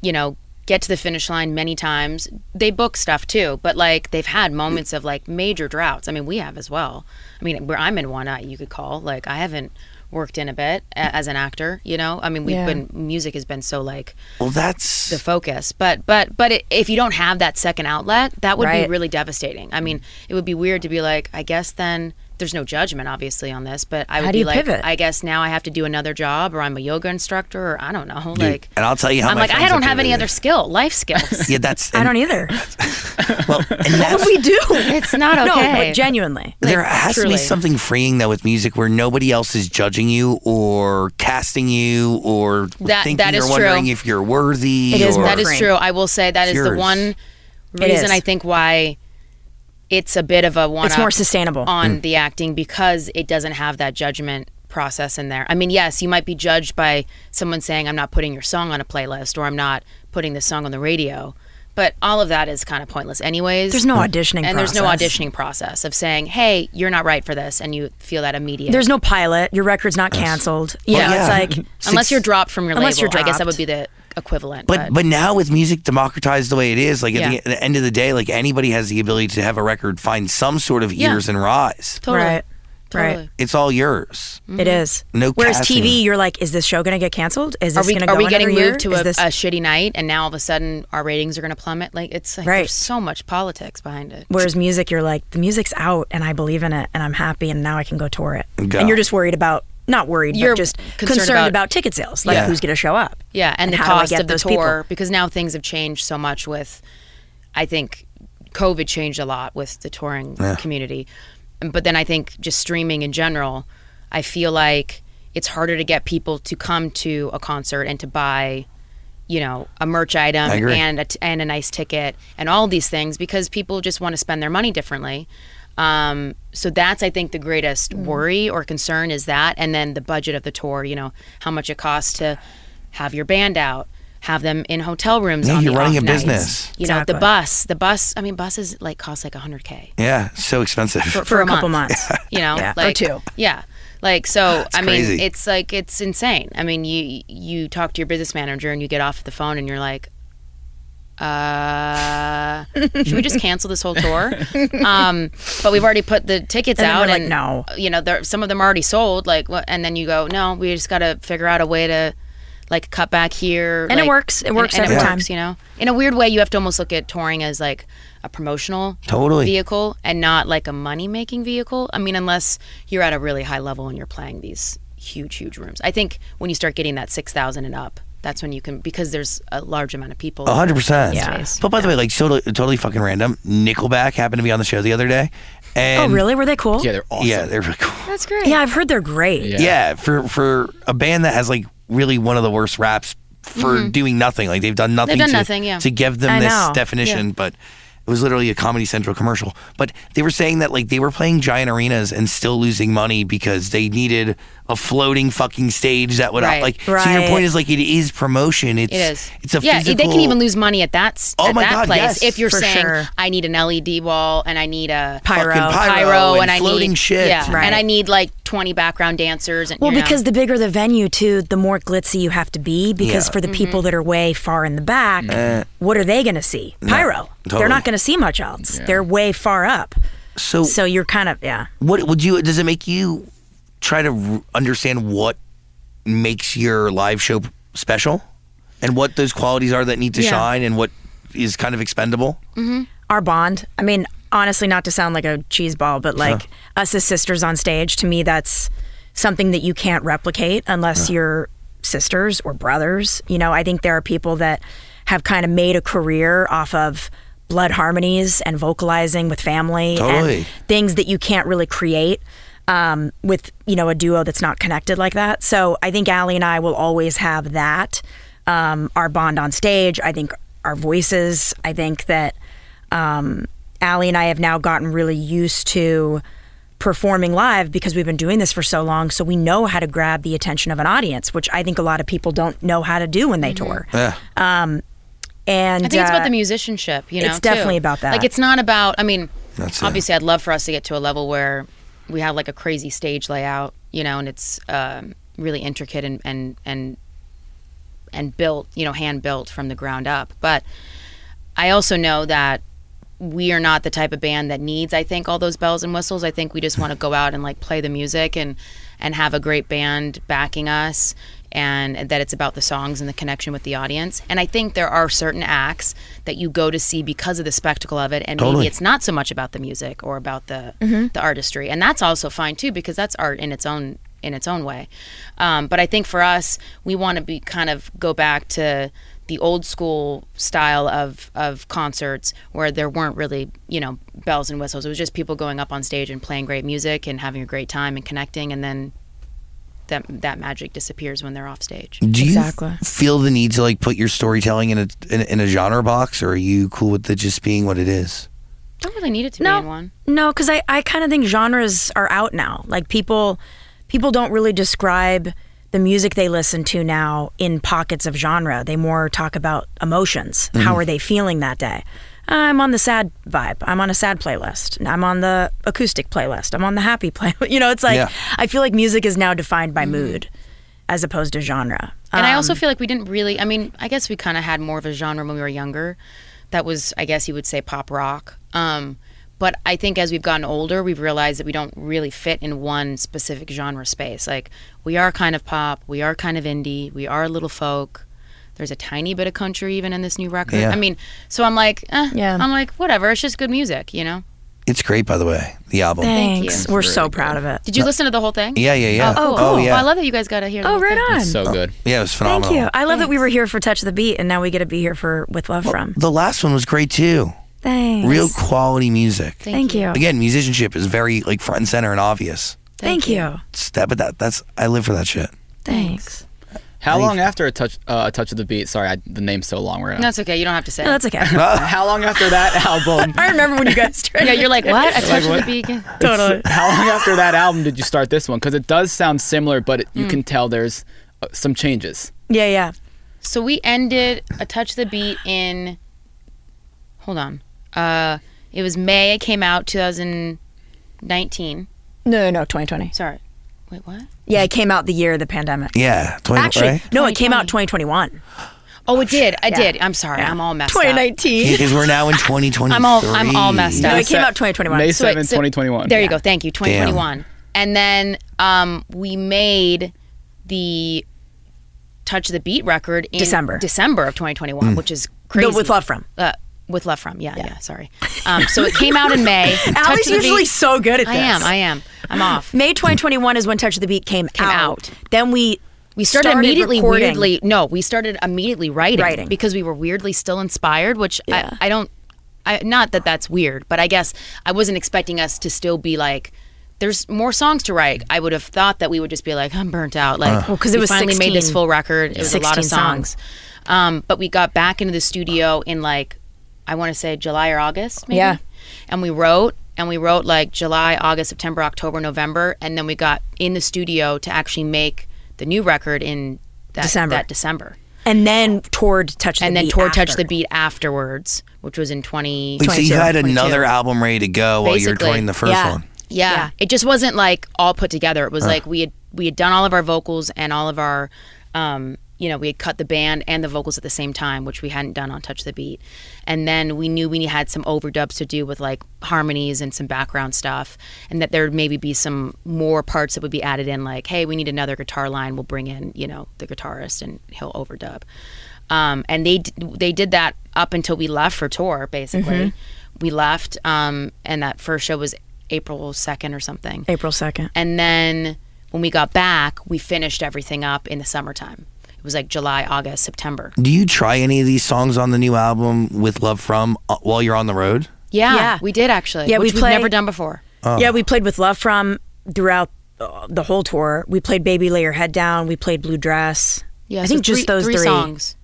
B: you know, get to the finish line many times. They book stuff too, but like they've had moments of like major droughts. I mean, we have as well. I mean, where I'm in one, uh, you could call. Like, I haven't worked in a bit a- as an actor, you know? I mean, we've
C: Yeah.
B: been, music has been so like,
A: well, that's
B: the focus. But but but it, if you don't have that second outlet, that would
C: Right.
B: be really devastating. I mean, it would be weird to be like, I guess then there's no judgment obviously on this, but I would
C: do
B: be
C: you
B: like,
C: pivot?
B: I guess now I have to do another job or I'm a yoga instructor or I don't know. Like
A: and I'll tell you how
B: I'm
A: my
B: like, I
A: friends
B: don't
A: have
B: have any
A: pivoted.
B: other skill, life skills.
A: yeah. That's
C: I
A: and-
C: don't either.
B: e
A: Well, and that's
C: we do.
B: It's not
C: No,
B: okay.
C: but genuinely.
A: there has to
B: truly.
A: be something freeing though with music where nobody else is judging you or casting you or
B: That-
A: thinking
B: that is
A: or wondering
B: true.
A: if you're worthy.
C: It is
A: or,
C: more
B: That is
C: Frank.
B: true. I will say that is the
A: yours.
B: one
C: It
B: reason
C: is.
B: I think why it's a bit of a one.
C: It's more sustainable.
B: on the acting because it doesn't have that judgment process in there. I mean, yes, you might be judged by someone saying, "I'm not putting your song on a playlist" or "I'm not putting this song on the radio," but all of that is kind of pointless, anyways.
C: There's no auditioning
B: and there's no
C: process.
B: auditioning process of saying, "Hey, you're not right for this," and you feel that immediate.
C: There's no pilot. Your record's not canceled. You
A: Oh,
B: Yeah.
C: know,
B: Yeah.
C: it's
A: Mm-hmm.
C: like
B: unless you're dropped from your
C: Unless
B: label.
C: you're
B: I guess that
C: dropped.
B: would be the equivalent.
A: But but now with music democratized the way it is, like at
B: Yeah.
A: the, the end of the day, like anybody has the ability to have a record, find some sort of ears and rise.
B: totally,
C: right,
B: totally.
C: right.
A: It's all yours.
C: It is.
A: No
C: Whereas
A: casting.
C: TV, you're like, is this show going to get canceled? Is
B: Mm-hmm. Are
C: this
B: we,
C: going to go
B: are we
C: another
B: getting
C: year?
B: moved to
C: Is
B: a,
C: this-
B: a shitty night and now all of a sudden our ratings are going to plummet? Like it's like
C: Right.
B: there's so much politics behind it.
C: Whereas music, you're like, the music's out, and I believe in it, and I'm happy, and now I can go tour it.
A: Go.
C: And you're just worried about, not worried,
B: You're
C: but just
B: concerned about-
C: about, ticket sales, like
A: Yeah.
C: who's going to show up.
B: Yeah, and, the
C: how do I
B: cost
C: get
B: of the
C: those
B: tour
C: people?
B: because now things have changed so much with I think COVID changed a lot with the touring community. But then I think just streaming in general, I feel like it's harder to get people to come to a concert and to buy you know, a merch item
A: I agree.
B: and a t- and a nice ticket and all these things because people just want to spend their money differently. Um, so that's I think the greatest
C: Mm.
B: worry or concern is that, and then the budget of the tour. You know, how much it costs to have your band out, have them in hotel rooms.
A: Yeah,
B: on
A: you're
B: the
A: running
B: off
A: a
B: nights.
A: business.
B: You know,
C: Exactly.
B: the bus. The bus. I mean, buses like cost like hundred k
A: Yeah, so expensive.
C: For a couple months.
B: you know,
C: Yeah, or
B: like
C: two.
B: Yeah. Like so, I mean,
A: crazy.
B: it's like it's insane. I mean, you you talk to your business manager and you get off the phone and you're like, uh, should we just cancel this whole tour? Um, but we've already put the tickets
C: And then
B: out,
C: we're like,
B: and
C: "No."
B: you know, there, some of them are already sold. Like, what? And then you go, no, we just got to figure out a way to like cut back here,
C: And it
B: like-
C: works. It works
B: and, and
C: every
B: it
C: time.
B: works, you know, in a weird way, you have to almost look at touring as like a promotional
A: Totally.
B: vehicle and not like a money making vehicle. I mean, unless you're at a really high level and you're playing these huge, huge rooms. I think when you start getting that six thousand and up, that's when you can because there's a large amount of people.
A: A hundred percent.
B: Yeah. Space.
A: But by the way, like totally, totally fucking random. Nickelback happened to be on the show the other day.
C: Oh,
A: And
C: really? Were they cool?
D: Yeah, they're awesome.
A: Yeah, they're really cool.
B: That's great.
C: Yeah, I've heard they're great.
A: Yeah. for for a band that has like really one of the worst raps for doing nothing. Like they've done nothing.
B: Mm-hmm. done
A: to,
B: nothing, yeah.
A: To give them
C: I
A: this
C: know.
A: definition, but it was literally a Comedy Central commercial. But they were saying that like they were playing giant arenas and still losing money because they needed a floating fucking stage that would
B: Right.
A: like. So your
C: Right.
A: point is like it is promotion. It's
B: It is.
A: It's a
B: yeah.
A: Physical,
B: They can even lose money at that s-
A: Oh
B: at
A: my
B: that
A: God,
B: place
A: yes,
B: if you're
C: for
B: saying
C: sure.
B: I need an LED wall and I need a
C: Pyro.
A: Fucking pyro,
B: pyro
A: and
B: I
A: floating
B: need
A: shit.
B: yeah,
C: Right.
B: and I need like 20 background dancers. And
C: Well,
B: you know.
C: because the bigger the venue, too, the more glitzy you have to be. Because
A: Yeah. Eh.
C: for the people that are way far in the back, what are they going to see? Pyro.
A: totally.
C: They're not going to see much else. They're way far up.
A: So,
C: So you're kind of yeah.
A: what would you? Does it make you try to r- understand what makes your live show special, and what those qualities are that need to
C: Yeah.
A: shine, and what is kind of expendable?
C: Our bond. I mean, honestly, not to sound like a cheese ball, but like us as sisters on stage, to me, that's something that you can't replicate unless you're sisters or brothers. You know, I think there are people that have kind of made a career off of blood harmonies and vocalizing with family
A: Totally.
C: and things that you can't really create um, with you know a duo that's not connected like that. So I think Allie and I will always have that um, our bond on stage. I think our voices. I think that um, Allie and I have now gotten really used to performing live because we've been doing this for so long. So we know how to grab the attention of an audience, which I think a lot of people don't know how to do when they tour. Um,
A: Yeah.
C: And
B: Mm-hmm. I think it's about
C: uh,
B: the musicianship, you know.
C: it's
B: too.
C: definitely about that.
B: Like it's not about. I mean,
A: That's it.
B: obviously, I'd love for us to get to a level where we have like a crazy stage layout, you know, and it's um, really intricate and and and and built, you know, hand built from the ground up. But I also know that we are not the type of band that needs, I think, all those bells and whistles. I think we just want to go out and like play the music and and have a great band backing us and that it's about the songs and the connection with the audience. And I think there are certain acts that you go to see because of the spectacle of it and
A: Totally.
B: maybe it's not so much about the music or about the the artistry. And that's also fine too because that's art in its own in its own way. Um, but I think for us, we want to be kind of go back to the old school style of, of concerts where there weren't really, you know, bells and whistles. It was just people going up on stage and playing great music and having a great time and connecting. And then that, that magic disappears when they're off stage.
A: Do you
C: Exactly.
A: feel the need to like put your storytelling in a in, a- in a genre box, or are you cool with it just being what it is?
B: Don't really need it to be in one.
C: No, because I, I kind of think genres are out now. Like people people don't really describe the music they listen to now in pockets of genre. They more talk about emotions. How are they feeling that day? I'm on the sad vibe. I'm on a sad playlist. I'm on the acoustic playlist. I'm on the happy playlist. You know, it's like
A: Yeah.
C: I feel like music is now defined by mood as opposed to genre. Um,
B: And I
A: Um,
B: also feel like we didn't really. I mean, I guess we kind of had more of a genre when we were younger. That was, I guess, you would say pop rock. Um, but I think as we've gotten older, we've realized that we don't really fit in one specific genre space. Like we are kind of pop, we are kind of indie, we are a little folk. There's a tiny bit of country even in this new record.
A: Yeah.
B: I mean, so I'm like, eh,
C: Yeah.
B: I'm like, whatever. It's just good music, you know.
A: It's great, by the way, the album.
B: Thank you.
C: Thanks. We're so proud of it.
B: Did you listen to the whole thing?
A: Yeah, yeah, yeah.
B: Oh, cool.
A: Oh, yeah.
B: I love that you guys got to hear. the
C: Oh,
B: whole
C: right
B: thing.
C: on.
D: So good.
A: Yeah, it was phenomenal.
C: Thank you. I love that we were here for Touch the Beat and now we get to be here for With Love From.
A: The last one was great too.
C: Thanks.
A: Real quality music.
C: Thank you.
A: Again, musicianship is very like front and center and obvious.
C: Thank, you.
A: It's that, but that that's I live for that shit.
C: Thanks.
D: How long after a touch, uh, a touch of the beat? Sorry, I, the name's so long. We're
B: No, it's okay. You don't have to say.
C: No,
B: it.
C: that's okay.
D: How long after that album?
C: I remember when you guys started.
B: yeah, you're like what? I touched
D: what?
B: the beacon.
C: totally.
D: How long after that album did you start this one? Because it does sound similar, but it, you can tell there's uh, some changes.
C: Yeah, yeah.
B: So we ended a touch the beat in. Hold on. Uh, it was May. It came out 2019.
C: No, no, no, 2020.
B: Sorry. Wait, what?
C: Yeah, it came out the year of the pandemic.
A: Yeah, 20,
C: Actually,
A: right?
C: no, it came out 2021.
B: Oh, it did. I did. I'm sorry. I'm all messed up.
C: 2019.
A: Because we're now in 2023.
B: I'm all- I'm all messed
C: No,
B: up.
C: it came out 2021.
D: May
B: So wait,
D: 7,
B: so-
D: 2021.
B: There you go. Thank you. 2021. And then um, we made the Touch the Beat record in
C: December.
B: December of 2021, which is crazy.
C: No, with Love From.
B: Uh, with Love From. Yeah, yeah. sorry. Um, so it came out in May. Touch
C: Allie's
B: of the
C: usually
B: Beat-
C: so good at this.
B: I am. I am. I'm off.
C: May 2021 is when Touch of the Beat came, out.
B: out.
C: Then we
B: We started, immediately
C: recording.
B: weirdly. No, we started immediately writing,
C: Writing.
B: because we were weirdly still inspired. Which
C: Yeah.
B: I, I don't. I, not that that's weird, but I guess I wasn't expecting us to still be like. There's more songs to write. I would have thought that we would just be like, I'm burnt out. Like,
C: Well, 'cause it
B: we
C: was
B: finally made this
C: 16
B: full record. It was a lot of
C: 16 Uh-huh. songs.
B: songs. Um, but we got back into the studio in like, I want to say July or August, maybe.
C: Yeah.
B: And we wrote and we wrote like July, August, September, October, November, and then we got in the studio to actually make the new record in that
C: December.
B: That December.
C: and then toured Touch the
B: And
C: Beat.
B: then tour
C: after.
B: touch the beat afterwards, which was in 20
A: Wait, so you
C: 22,
A: had
C: 22.
A: another album ready to go while you were
B: Basically,
A: touring the first
C: yeah.
A: one.
B: Yeah.
C: Yeah.
B: It just wasn't like all put together. It was like we had we had done all of our vocals and all of our um you know, we had cut the band and the vocals at the same time, which we hadn't done on Touch the Beat. And then we knew we had some overdubs to do with like harmonies and some background stuff, and that there'd maybe be some more parts that would be added in, like, hey, we need another guitar line. We'll bring in, you know, the guitarist and he'll overdub. Um, and they d- they did that up until we left for tour, basically. We left, um, and that first show was April 2nd or something.
C: April 2nd.
B: And then when we got back, we finished everything up in the summertime. It was like July, August, September.
A: Do you try any of these songs on the new album with Love From uh, while you're on the road?
B: Yeah,
C: Yeah.
B: we did actually.
C: Yeah,
B: Yeah,
C: we
B: which we've
C: play-
B: never done before.
A: Oh.
C: Yeah, we played with Love From throughout uh, the whole tour. We played Baby Lay Your Head Down. We played Blue Dress.
B: Yeah,
C: I
B: so
C: think just
B: three-
C: those three,
B: three songs.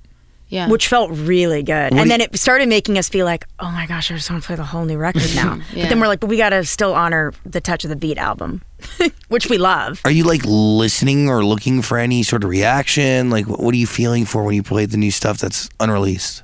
B: Yeah,
C: which felt really good.
A: do
C: and
A: you-
C: then it started making us feel like, oh my gosh, I just want to play the whole new record now. But
B: Yeah.
C: then we're like, but we got to still honor the Touch of the Beat album, which we love.
A: Are you like listening or looking for any sort of reaction? Like, wh- what are you feeling for when you play the new stuff that's unreleased?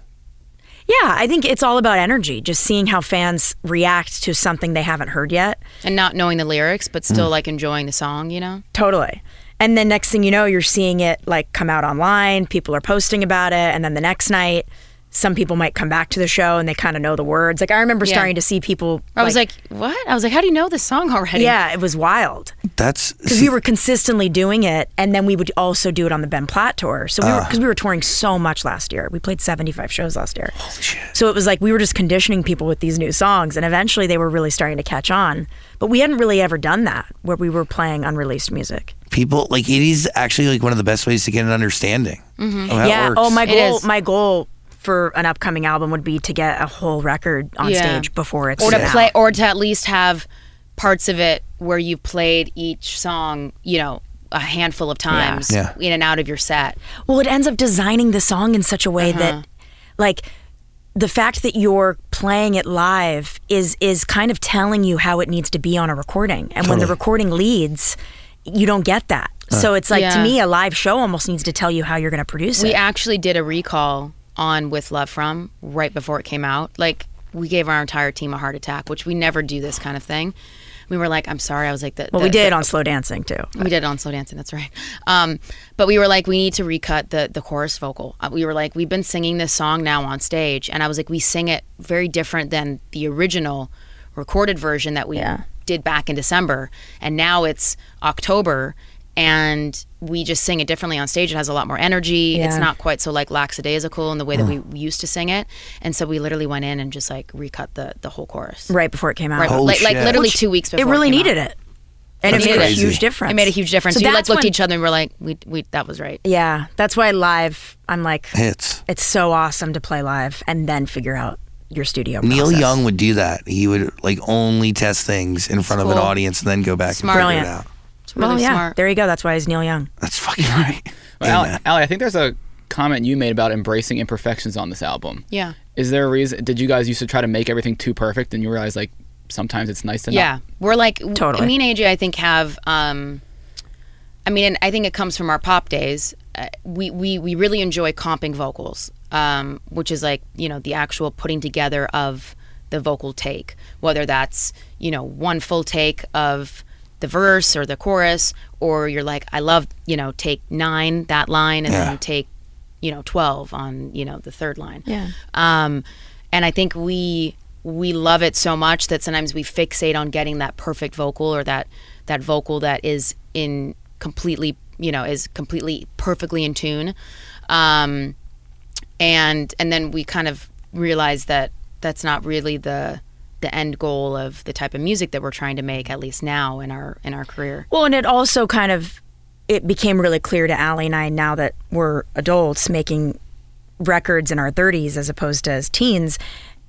C: Yeah, I think it's all about energy, just seeing how fans react to something they haven't heard yet.
B: and not knowing the lyrics, but still
C: Mm.
B: like enjoying the song. You know,
C: Totally. And then next thing you know, you're seeing it like come out online, people are posting about it, and then the next night, some people might come back to the show and they kind of know the words. Like I remember
B: Yeah.
C: starting to see people
B: I was like, what? I was like, how do you know this song already?
C: yeah, it was wild.
A: That's
C: Because we were consistently doing it, and then we would also do it on the Ben Platt tour. So we because we were touring so much last year, we played seventy five shows last year. So it was like we were just conditioning people with these new songs, and eventually they were really starting to catch on. But we hadn't really ever done that where we were playing unreleased music.
A: people like it is actually like one of the best ways to get an understanding.
B: Mm-hmm.
A: of how it
C: yeah.
A: works.
C: Oh my
B: It
C: goal,
B: is.
C: my goal for an upcoming album would be to get a whole record on
B: Yeah.
C: stage before it's
B: or to
C: out.
B: play, or to at least have parts of it where you've played each song. You know, a handful of times
A: Yeah.
B: in and out of your set.
C: Well, it ends up designing the song in such a way
B: Uh-huh.
C: that, like, the fact that you're playing it live is is kind of telling you how it needs to be on a recording. And when the recording leads, you don't get that. So it's like to
B: Yeah.
C: me, a live show almost needs to tell you how you're going to produce
B: We
C: it.
B: actually did a recall on With Love From right before it came out. Like, we gave our entire team a heart attack, which we never do this kind of thing. We were like, I'm sorry. I was like, that.
C: Well, we did on slow dancing too.
B: We did it on slow dancing. That's right. Um, but we were like, we need to recut the the chorus vocal. Uh, We were like, we've been singing this song now on stage, and I was like, we sing it very different than the original recorded version that we did back in December, and now it's October, and we just sing it differently on stage. It has a lot more energy. It's
C: Yeah.
B: not quite so like lackadaisical in the way that we used to sing it, and so we literally went in and just like recut the the whole chorus.
C: Right before it came out,
B: Right,
A: Oh,
B: like, like
A: shit.
B: literally
A: Which-
B: two weeks before
C: it really
B: came out.
C: needed it, and
B: It
C: it made
B: did
C: a
B: it.
C: huge difference.
B: It made a huge difference.
C: So
B: we like
C: that's
B: looked
C: when-
B: at each other and we were like, we, we that was right.
C: Yeah, that's why live. I'm like,
A: hits.
C: it's so awesome to play live and then figure out your studio.
A: Neil
C: process.
A: Young would do that. He would like only test things in front of an
B: cool.
A: audience and then go back
B: Smart.
A: and figure
C: Brilliant.
A: it out.
B: It's really
C: well, Oh, yeah.
B: smart.
C: There you go. That's why he's Neil Young.
A: That's fucking right.
D: Well,
A: Amen.
D: Ali, I think there's a comment you made about embracing imperfections on this album.
B: Yeah.
D: Is there a reason? Did you guys used to try to make everything too perfect, and you realize like sometimes it's nice to
B: Yeah.
D: not?
B: We're like w-
C: Totally.
B: me and AJ I think have um I mean and I think it comes from our pop days. Uh, we we we really enjoy comping vocals. Um which is like, you know, the actual putting together of the vocal take, whether that's, you know, one full take of the verse or the chorus or you're like I love, you know, take 9 that line and
A: Yeah.
B: then take you know 12 on you know the third line yeah um and i think we we love it so much that sometimes we fixate on getting that perfect vocal or that that vocal that is in completely you know is completely perfectly in tune um and and then we kind of realize that that's not really the the end goal of the type of music that we're trying to make, at least now in our in our career.
C: Well, and it also kind of it became really clear to Allie and I now that we're adults making records in our 30s as opposed to as teens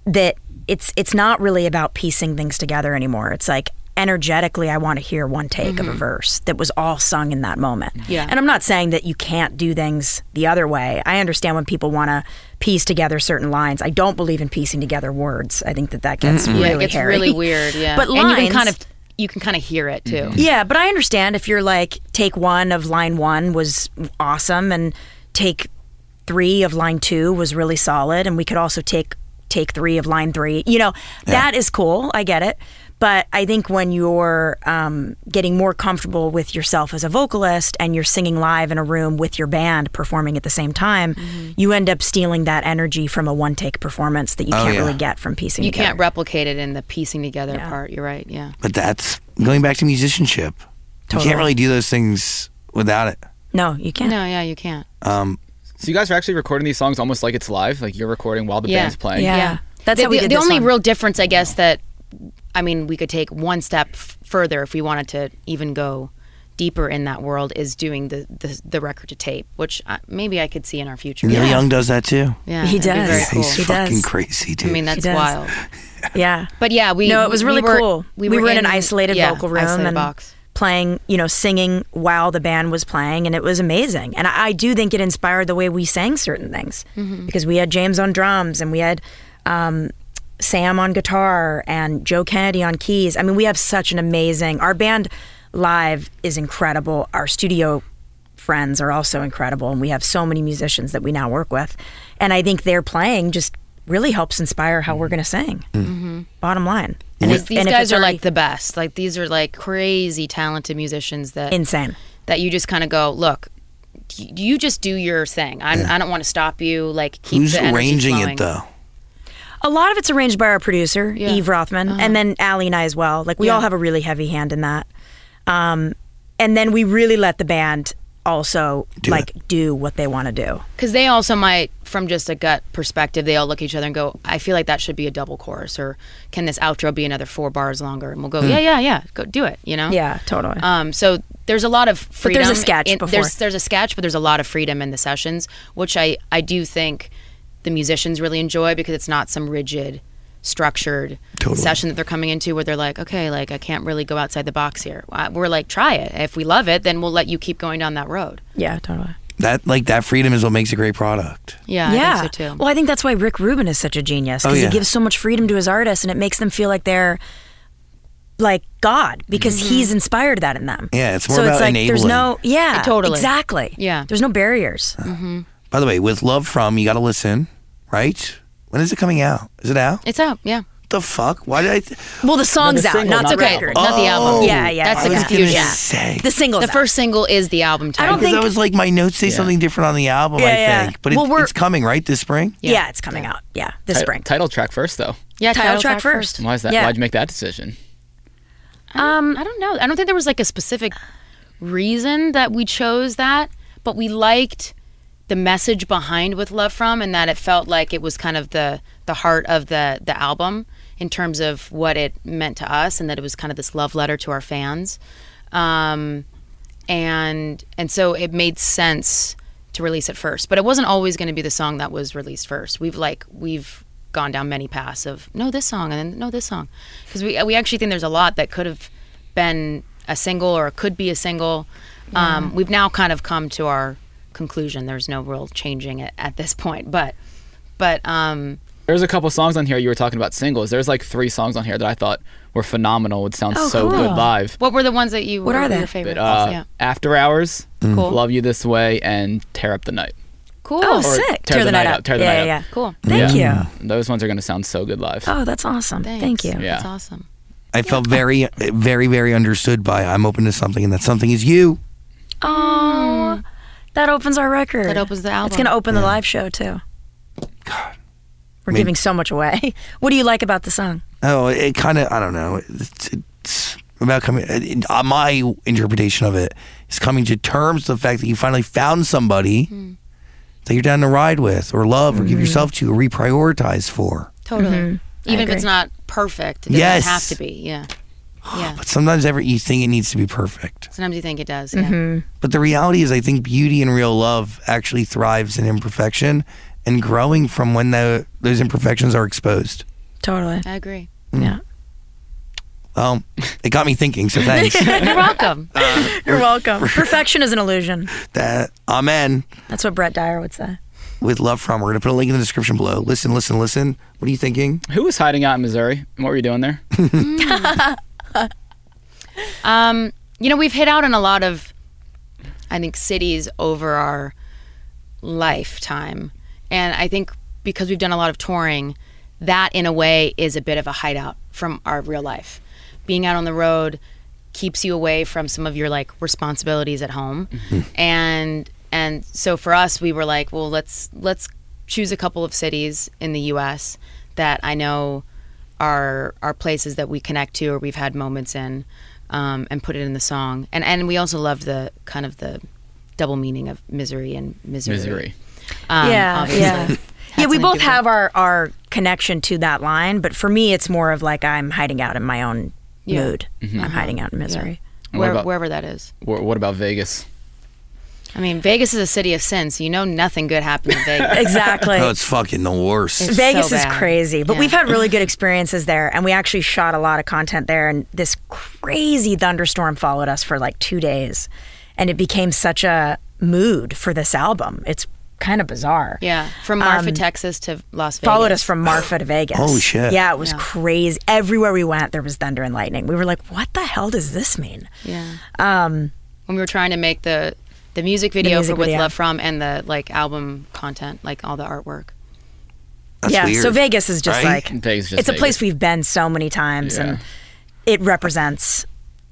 C: that it's it's not really about piecing things together anymore. It's like energetically I want to hear one take of a verse that was all sung in that moment.
B: Mm-hmm. Yeah.
C: And I'm not saying that you can't do things the other way. I understand when people want to piece together certain lines. I don't believe in piecing together words. I think that that gets really
B: yeah, it gets
C: hairy.
B: really weird. Yeah,
C: But
B: and you can kind
C: lines-
B: of you can kind of hear it too.
C: Yeah, but I understand if you're like take one of line one was awesome and take three of line two was really solid and we could also take take three of line three. You know, that is cool. I get it. But I think when you're um, getting more comfortable with yourself as a vocalist and you're singing live in a room with your band performing at the same time, you end up stealing that energy from a one take performance that you can't
A: yeah.
C: really get from piecing
B: You
C: together.
B: can't replicate it in the piecing together part. You're right. Yeah.
A: But that's going back to musicianship. You
C: Totally.
A: can't really do those things without it.
C: no, you can't.
B: No, yeah, you can't.
A: Um,
D: So you guys are actually recording these songs almost like it's live, like you're recording while the
B: Yeah.
D: band's playing.
C: Yeah. That's
B: the,
C: how we
B: the,
C: did
B: the
C: this
B: only
C: one.
B: real difference, I guess, that I mean, we could take one step f- further if we wanted to even go deeper in that world is doing the the, the record to tape, which I, maybe I could see in our future.
A: Neil Young does that too.
B: Yeah,
C: He
B: that'd be very
C: does.
B: cool.
A: He's
C: He does.
A: fucking crazy, dude.
B: I mean, that's
C: does.
B: wild.
C: Yeah.
B: But yeah, we
C: no, it was
B: we
C: really
B: were-
C: cool. We were, in, an isolated
B: yeah,
C: vocal room
B: isolated
C: and
B: box.
C: playing, you know, singing while the band was playing, and it was amazing. And I, I do think it inspired the way we sang certain things
B: Mm-hmm.
C: because we had James on drums and we had um, Sam on guitar and Joe Kennedy on keys. I mean, we have such an amazing. Our band live is incredible. Our studio friends are also incredible, and we have so many musicians that we now work with. And I think their playing just really helps inspire how we're
B: Mm-hmm.
C: going to sing. Bottom line,
B: And
C: if-
B: these, these
C: and if
B: guys
C: it's
B: are
C: already
B: like the best. Like these are like crazy talented musicians that
C: insane.
B: that you just kind of go, look, y- you just do your thing. I'm, I don't want to stop you. Like keep
A: who's
B: the energy
A: arranging
B: flowing.
A: it though?
C: A lot of it's arranged by our producer,
B: Yeah. Uh-huh.
C: Eve Rothman, and then Allie and I as well. Like we all have a really heavy hand in that. Um, and then we really let the band also like do what they want to do.
B: Because they also might, from just a gut perspective, they all look at each other and go, I feel like that should be a double chorus, or can this outro be another four bars longer? And we'll
A: Hmm.
B: go, yeah, yeah, yeah, go do it. You know?
C: Yeah, totally.
B: Um, so there's a lot of
C: But
B: freedom.
C: there's a sketch
B: in,
C: before.
B: There's there's a sketch, but there's a lot of freedom in the sessions, which I I do think the musicians really enjoy because it's not some rigid structured session that they're coming into where they're like okay like i can't really go outside the box here I- we're like try it if we love it then we'll let you keep going down that road
C: yeah, totally.
A: That like that freedom is what makes a great product.
B: yeah
C: yeah.
B: I think so too
C: Well, I think that's why Rick Rubin is such a genius because
A: Oh, yeah.
C: he gives so much freedom to his artists, and it makes them feel like they're like God because
B: Mm-hmm.
C: he's inspired that in them.
A: Yeah, it's more
C: so
A: about
C: it's like there's
A: enabling.
C: no yeah
B: Totally.
C: exactly
B: Yeah.
C: there's no barriers.
A: By the way, with Love From, you got to listen, right? When is it coming out? Is it out?
B: it's out yeah
A: the fuck? Why did I? Th-
C: Well, the song's
D: the
C: out,
D: single,
C: not,
D: not
C: the
D: the Oh,
B: okay
C: record.
B: not the album
C: Yeah, yeah.
B: that's
A: I
B: the
A: was gonna
B: confusion
A: say.
C: The single's
B: the
C: out.
B: first single is the album title
C: don't
A: Because
C: think-
A: I was like, my notes say something different on the album. I
C: Yeah, yeah.
A: think, but it,
C: Well, we're-
A: it's coming right this spring.
C: Yeah,
B: Yeah.
C: it's coming out. Yeah, this
D: Ti-
C: spring.
D: Title track first though.
B: yeah
C: Title track first.
D: Why is that?
C: Yeah.
D: Why'd you make that decision?
B: Um, I don't know. I don't think there was like a specific reason that we chose that, but we liked the message behind with Love From and that it felt like it was kind of the the heart of the the album in terms of what it meant to us and that it was kind of this love letter to our fans. Um and and so it made sense to release it first. But it wasn't always going to be the song that was released first. We've like we've gone down many paths of no this song and then no this song because we we actually think there's a lot that could have been a single or could be a single. Um, we've now kind of come to our conclusion. There's no real changing it at this point, but but um
D: There's a couple songs on here you were talking about singles. There's like three songs on here that I thought were phenomenal. Would sound so good live.
B: what were the ones that you
C: What are they?
B: your favorite
D: But, uh,
B: yeah
D: After Hours,
B: Cool.
D: Love You This Way, and Tear Up the Night.
B: cool
C: Oh,
D: Or
C: sick.
D: Tear the Night Up, Tear the
C: yeah,
D: Night
C: yeah,
D: Up.
C: yeah.
B: cool
C: Thank you.
D: Those ones are going to sound so good live.
C: Oh, that's awesome. Thank
B: Thanks.
C: you.
D: Yeah.
B: that's awesome
A: I felt very, very, very understood by I'm open to something, and that something is you.
C: Oh, that opens our record.
B: That opens the
C: It's
B: album.
C: going to open the live show too. God, we're giving so much away. What do you like about the song?
A: Oh, it kind of, I don't know. It's, it's about coming, it, uh, my interpretation of it is coming to terms with the fact that you finally found
C: Hmm.
A: somebody that you're down to ride with or love or give yourself to or reprioritize for.
B: Totally. Mm-hmm. Even if
C: agree.
B: it's not perfect, it
A: Yes.
B: doesn't have to be. Yeah. Yeah.
A: But sometimes every, you think it needs to be perfect.
B: Sometimes you think it does. Yeah.
A: But the reality is, I think beauty and real love actually thrives in imperfection and growing from when tho- those imperfections are exposed.
C: Totally.
B: I agree.
D: Mm.
C: Yeah.
A: Well, Um, it got me thinking, so thanks.
B: You're welcome.
C: You're welcome. Perfection is an illusion.
A: that, amen.
C: That's what Brett Dyer would say.
A: With love from, we're going to put a link in the description below. Listen, listen, listen. What are you thinking?
D: Who was hiding out in Missouri? And What were you doing there?
B: Um, you know, we've hit out on a lot of, I think, cities over our lifetime. And I think because we've done a lot of touring, that in a way is a bit of a hideout from our real life. Being out on the road keeps you away from some of your like responsibilities at home. And and so for us we were like, well, let's let's choose a couple of cities in the US that I know are are places that we connect to or we've had moments in um, and put it in the song. And and we also loved the kind of the double meaning of misery and misery.
D: Missouri.
B: Um,
C: yeah,
B: obviously.
C: yeah. Yeah,
B: That's
C: we
B: an
C: both
B: individual.
C: have our, our connection to that line, but for me, it's more of like I'm hiding out in my own
B: Yeah.
C: mood.
B: Mm-hmm.
C: I'm hiding out in misery.
D: And
B: Where,
D: what about-
B: wherever that is.
D: Wh- What about Vegas?
B: I mean, Vegas is a city of sin, so you know nothing good happened in Vegas.
C: Exactly.
A: Oh, it's fucking the worst.
B: It's
C: Vegas
B: so
C: is
B: bad.
C: crazy, but
B: Yeah.
C: we've had really good experiences there, and we actually shot a lot of content there. And this crazy thunderstorm followed us for like two days, and it became such a mood for this album. It's kind of bizarre.
B: yeah, from Marfa, Texas to Las Vegas.
C: Um, Followed us from Marfa to Vegas.
A: Holy shit.
C: Yeah, it was
B: Yeah.
C: crazy. Everywhere we went, there was thunder and lightning. We were like, "What the hell does this mean?"
B: Yeah. Um, when we were trying to make the the music video
C: music
B: for With
C: video.
B: Love From and the like album content, like all the artwork.
A: That's
C: yeah,
A: weird,
C: so Vegas is just
A: right?
C: like
D: Vegas is just
C: it's a place
D: Vegas.
C: we've been so many times,
D: Yeah.
C: and it represents,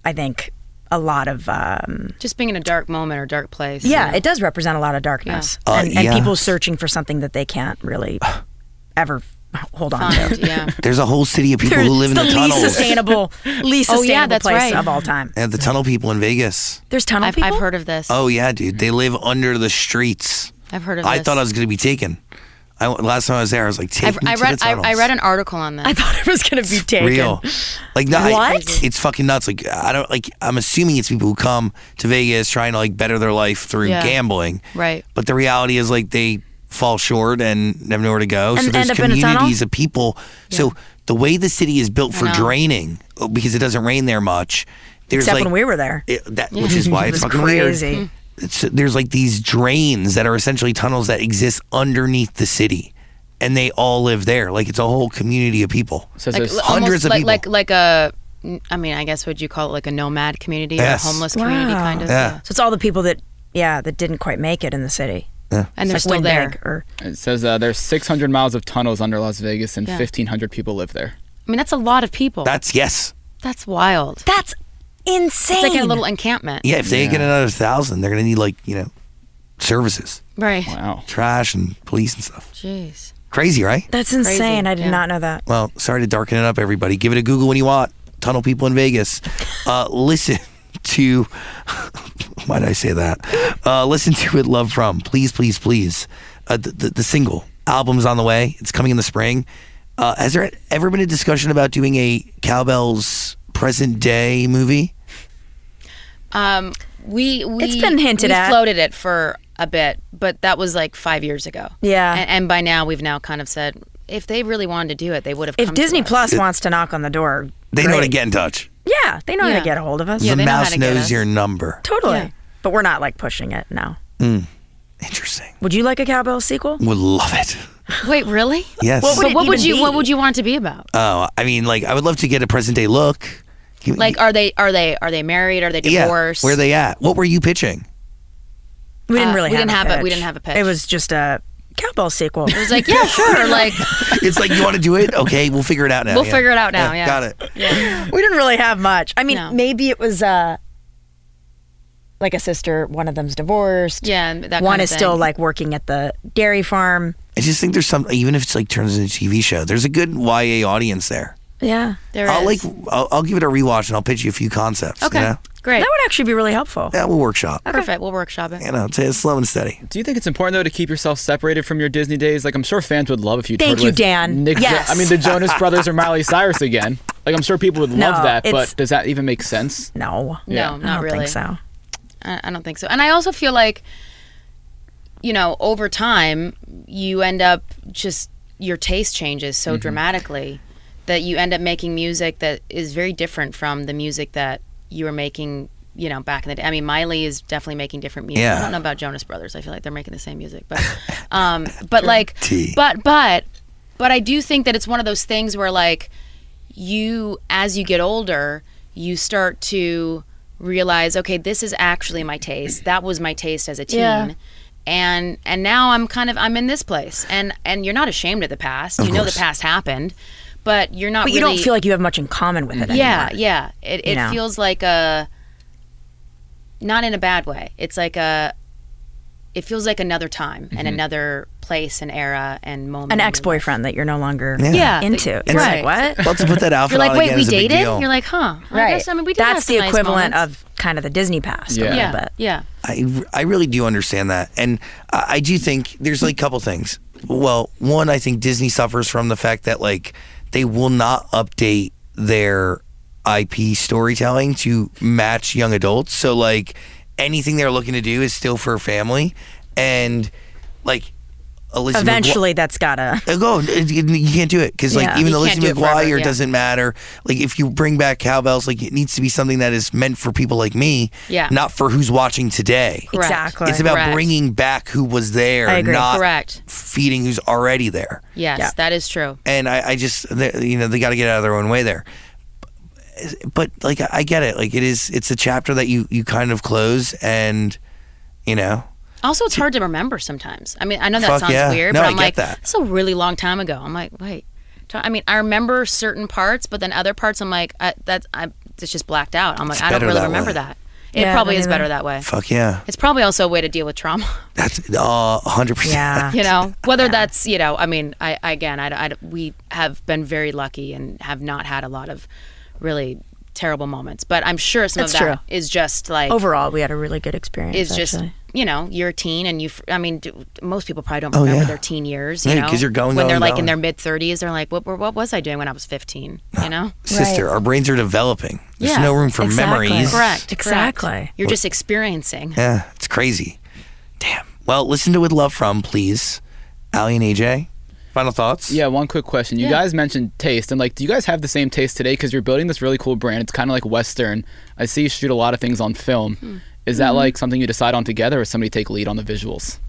C: I think, a lot of. Um,
B: Just being in a dark moment or dark place. you
C: Yeah,
B: know?
C: it does represent a lot of darkness
A: Yeah. Uh,
C: and, and
A: yeah.
C: people searching for something that they can't really ever hold on
B: Fun,
C: to.
B: yeah.
A: There's a whole city of people
C: They're-
A: who live
C: it's
A: in
C: the
A: the,
C: least
A: tunnels.
C: sustainable, least
B: Oh,
C: sustainable
B: yeah, that's
C: place
B: right.
C: of all time.
A: And the tunnel people in Vegas.
C: There's tunnel
B: I've,
C: people.
B: I've heard of this.
A: Oh yeah, dude. They live under the streets.
B: I've heard of
A: I
B: this.
A: thought I was going to be taken. I, last time I was there, I was like, take
B: I've,
A: me
B: I
A: to
B: read
A: the
B: I,
A: tunnels.
B: I read an article on this.
C: I thought it was gonna be taken.
A: real. Like no, I-
C: What?
A: it's fucking nuts. Like I don't like. I'm assuming it's people who come to Vegas trying to like better their life through
B: Yeah.
A: gambling.
B: Right.
A: But the reality is like they fall short and have nowhere to go. so
C: And
A: there's
C: end up in a tunnel?
A: communities of people. So the way the city is built for
B: know.
A: draining oh, because it doesn't rain there much. There's
C: Except
A: like
C: when we were there.
A: it- that, which is why
C: It
A: it's
C: was
A: fucking
C: crazy.
A: weird. It's, there's like these drains that are essentially tunnels that exist underneath the city, and they all live there. Like it's a whole community of people.
D: So
B: like,
D: it's
B: l-
D: just-
B: almost
A: hundreds of
B: like,
A: people.
B: like like a I mean, I guess would you call it like a nomad community
A: Yes.
B: or a homeless community
C: Wow.
B: kind of?
A: Yeah.
C: So it's all the people that yeah that didn't quite make it in the city.
B: And they're
C: Like
B: still there.
C: Windbag Or
D: it says uh, there's 600 miles of tunnels under Las Vegas and
B: Yeah.
D: 1,500 people live there.
B: I mean, that's a lot of people.
A: That's yes.
B: that's wild.
C: that's insane.
B: It's like a little encampment.
A: Yeah, if they get another thousand, they're gonna need like you know, services,
B: Right.
D: Wow.
A: trash, and police and stuff.
B: Jeez.
A: Crazy, right?
C: that's insane. I did
B: Yeah.
C: not know that.
A: Well, sorry to darken it up, everybody. Give it a Google when you want. Tunnel people in Vegas. Uh, listen to. Why did I say that? Uh, listen to it. Love from. Please, please, please. Uh, the, the, the single album's on the way. It's coming in the spring. Uh, has there ever been a discussion about doing a cowbell's present day movie?
B: Um, we we
C: It's been hinted
B: we
C: at.
B: floated it for a bit, but that was like five years ago.
C: Yeah.
B: And, and by now we've now kind of said if they really wanted to do it, they would have.
C: If
B: come to
C: Disney
B: us.
C: Plus wants to knock on the door,
A: They know how to
C: great.
A: get in touch.
C: Yeah, they know how
B: Yeah.
C: to get a hold of us.
B: Yeah,
A: the
B: they know how
A: mouse
B: to get
A: knows
B: us.
A: your number.
C: Totally.
B: Yeah.
C: But we're not like pushing it now.
A: Interesting.
C: Would you like a Cowbell
B: Uh,
C: sequel?
A: Would love it.
B: wait, really?
A: Yes.
C: What
B: But
C: it
B: what would
C: even
B: you
C: be?
B: what would you want to be about?
A: Oh, I mean, like, I would love to get a present day look. Give me-
B: Like, are they are they are they married? Are they divorced?
A: Yeah. Where they at? What were you pitching?
C: We didn't
B: Uh,
C: really
B: we
C: have
B: didn't
C: a
B: have
C: pitch.
B: a- we didn't have a pitch.
C: It was just a Cowbell sequel.
B: It was like, yeah, sure. Like,
A: It's like you want to do it. Okay, we'll figure it out now.
B: We'll
A: yeah.
B: figure it out now, yeah.
A: Got it.
C: we didn't really have much. I mean,
B: No.
C: maybe it was uh like a sister, one of them's divorced.
B: yeah, and that
C: One
B: kind of
C: is still
B: thing.
C: like working at the dairy farm.
A: I just think there's some, even if it's like turns into a TV show, there's a good YA audience there.
C: Yeah.
B: There
A: I'll
B: is.
A: like, I'll, I'll give it a rewatch and I'll pitch you a few concepts. you
B: Okay.
A: know?
B: Great.
C: That would actually be really helpful.
A: Yeah, we'll workshop.
B: Perfect. We'll workshop it.
A: You know, it's slow and steady.
D: Do you think it's important though to keep yourself separated from your Disney days? Like I'm sure fans would love if you.
C: Thank
D: toured
C: you,
D: with
C: Dan.
D: Nick Jo-
C: Yes.
D: I mean the Jonas Brothers or Miley Cyrus again. Like I'm sure people would
C: No,
D: love that,
C: it's-
D: but does that even make sense?
C: No.
D: Yeah.
B: No,
C: I
B: not
C: don't
B: really.
C: think so.
B: I, I don't think so. And I also feel like, you know, over time, you end up just your taste changes so dramatically that you end up making music that is very different from the music that you were making. You know, back in the day. I mean, Miley is definitely making different music.
A: Yeah.
B: I don't know about Jonas Brothers. I feel like they're making the same music, but, um, but like,
A: Tea.
B: but but but I do think that it's one of those things where like you as you get older you start to realize okay this is actually my taste that was my taste as a teen
C: Yeah.
B: and and now i'm kind of i'm in this place and and you're not ashamed of the past you know the
A: course.
B: past happened but you're not
C: But you
B: really,
C: don't feel like you have much in common with it
B: yeah
C: anymore.
B: yeah it,
C: you
B: it
C: know?
B: feels like a not in a bad way it's like a it feels like another time
A: Mm-hmm.
B: and another place and era and moment
C: An
B: in your
C: ex boyfriend that you're no longer
B: Yeah.
C: into.
B: And
C: You're
B: right.
C: like, what?
A: Well, to put that outfit
B: You're like,
A: on
B: wait,
A: again
B: we
A: is a big
B: dated?
A: deal.
B: You're like, huh? Right. I guess, I mean, we did have
C: That's
B: some
C: the
B: nice
C: equivalent
B: moments.
C: of kind of the Disney past a
D: Yeah.
C: little
B: yeah,
C: bit.
B: yeah.
A: I, I really do understand that. And I, I do think there's like a couple things. Well, one, I think Disney suffers from the fact that like they will not update their IP storytelling to match young adults. So like anything they're looking to do is still for family. And like Elizabeth Wa-
C: Eventually, that's gotta.
A: Uh, Go. it- it- You can't do it because, like,
C: Yeah.
A: even
B: You
A: though
B: can't
A: Lizzie
B: do it forever,
A: McGuire
B: yeah.
A: doesn't matter, like, if you bring back cowbells, like, it needs to be something that is meant for people like me,
B: Yeah.
A: not for who's watching today.
B: Correct.
C: Exactly.
A: It's about
B: Correct.
A: bringing back who was there,
C: I agree.
A: not
B: Correct.
A: feeding who's already there.
B: Yes,
C: Yeah.
B: that is true.
A: And I, I just, they, you know, they got to get out of their own way there. But like, I get it. Like, it is, it's a chapter that you you kind of close, and you know,
B: Also, it's hard to remember sometimes. I mean, I know that
A: Fuck
B: sounds
A: yeah.
B: weird,
A: No,
B: but
A: I
B: I'm
A: get
B: like,
A: that.
B: it's a really long time ago. I'm like, wait. t- I mean, I remember certain parts, but then other parts, I'm like, I, that's I, it's just blacked out. I'm like, I don't
A: better
B: really
A: that
B: remember
A: way.
B: that. It
C: Yeah, I
B: probably
C: don't
B: is
C: either.
B: better that way.
A: fuck yeah,
B: It's probably also a way to deal with trauma.
A: that's uh, hundred percent.
C: Yeah.
B: you know whether that's you know i mean i I- again I, I- we have been very lucky and have not had a lot of really terrible moments but i'm sure some
C: That's
B: of that
C: true.
B: is just like
C: Overall, we had a really good experience.
B: is just
C: actually.
B: you know you're a teen and you f- i mean d most people probably don't
A: Oh, yeah.
B: remember their teen years you
A: Yeah,
B: know
A: 'cause you're going,
B: when they're
A: going,
B: like
A: going.
B: in their mid 30s they're like what, what what was i doing when i was 15 you know
A: sister. Our brains are developing. There's
B: Yeah,
A: no room for
C: exactly.
A: memories.
B: correct
C: Exactly.
B: correct. you're just experiencing
A: Yeah, it's crazy. Damn. Well, listen to With Love From, please. Ali and AJ, final thoughts?
D: Yeah, one quick question. You guys mentioned taste, and like, do you guys have the same taste today? Because you're building this really cool brand. It's kind of like Western. I see you shoot a lot of things on film. Is
C: Mm-hmm.
D: that like something you decide on together, or somebody take lead on the visuals?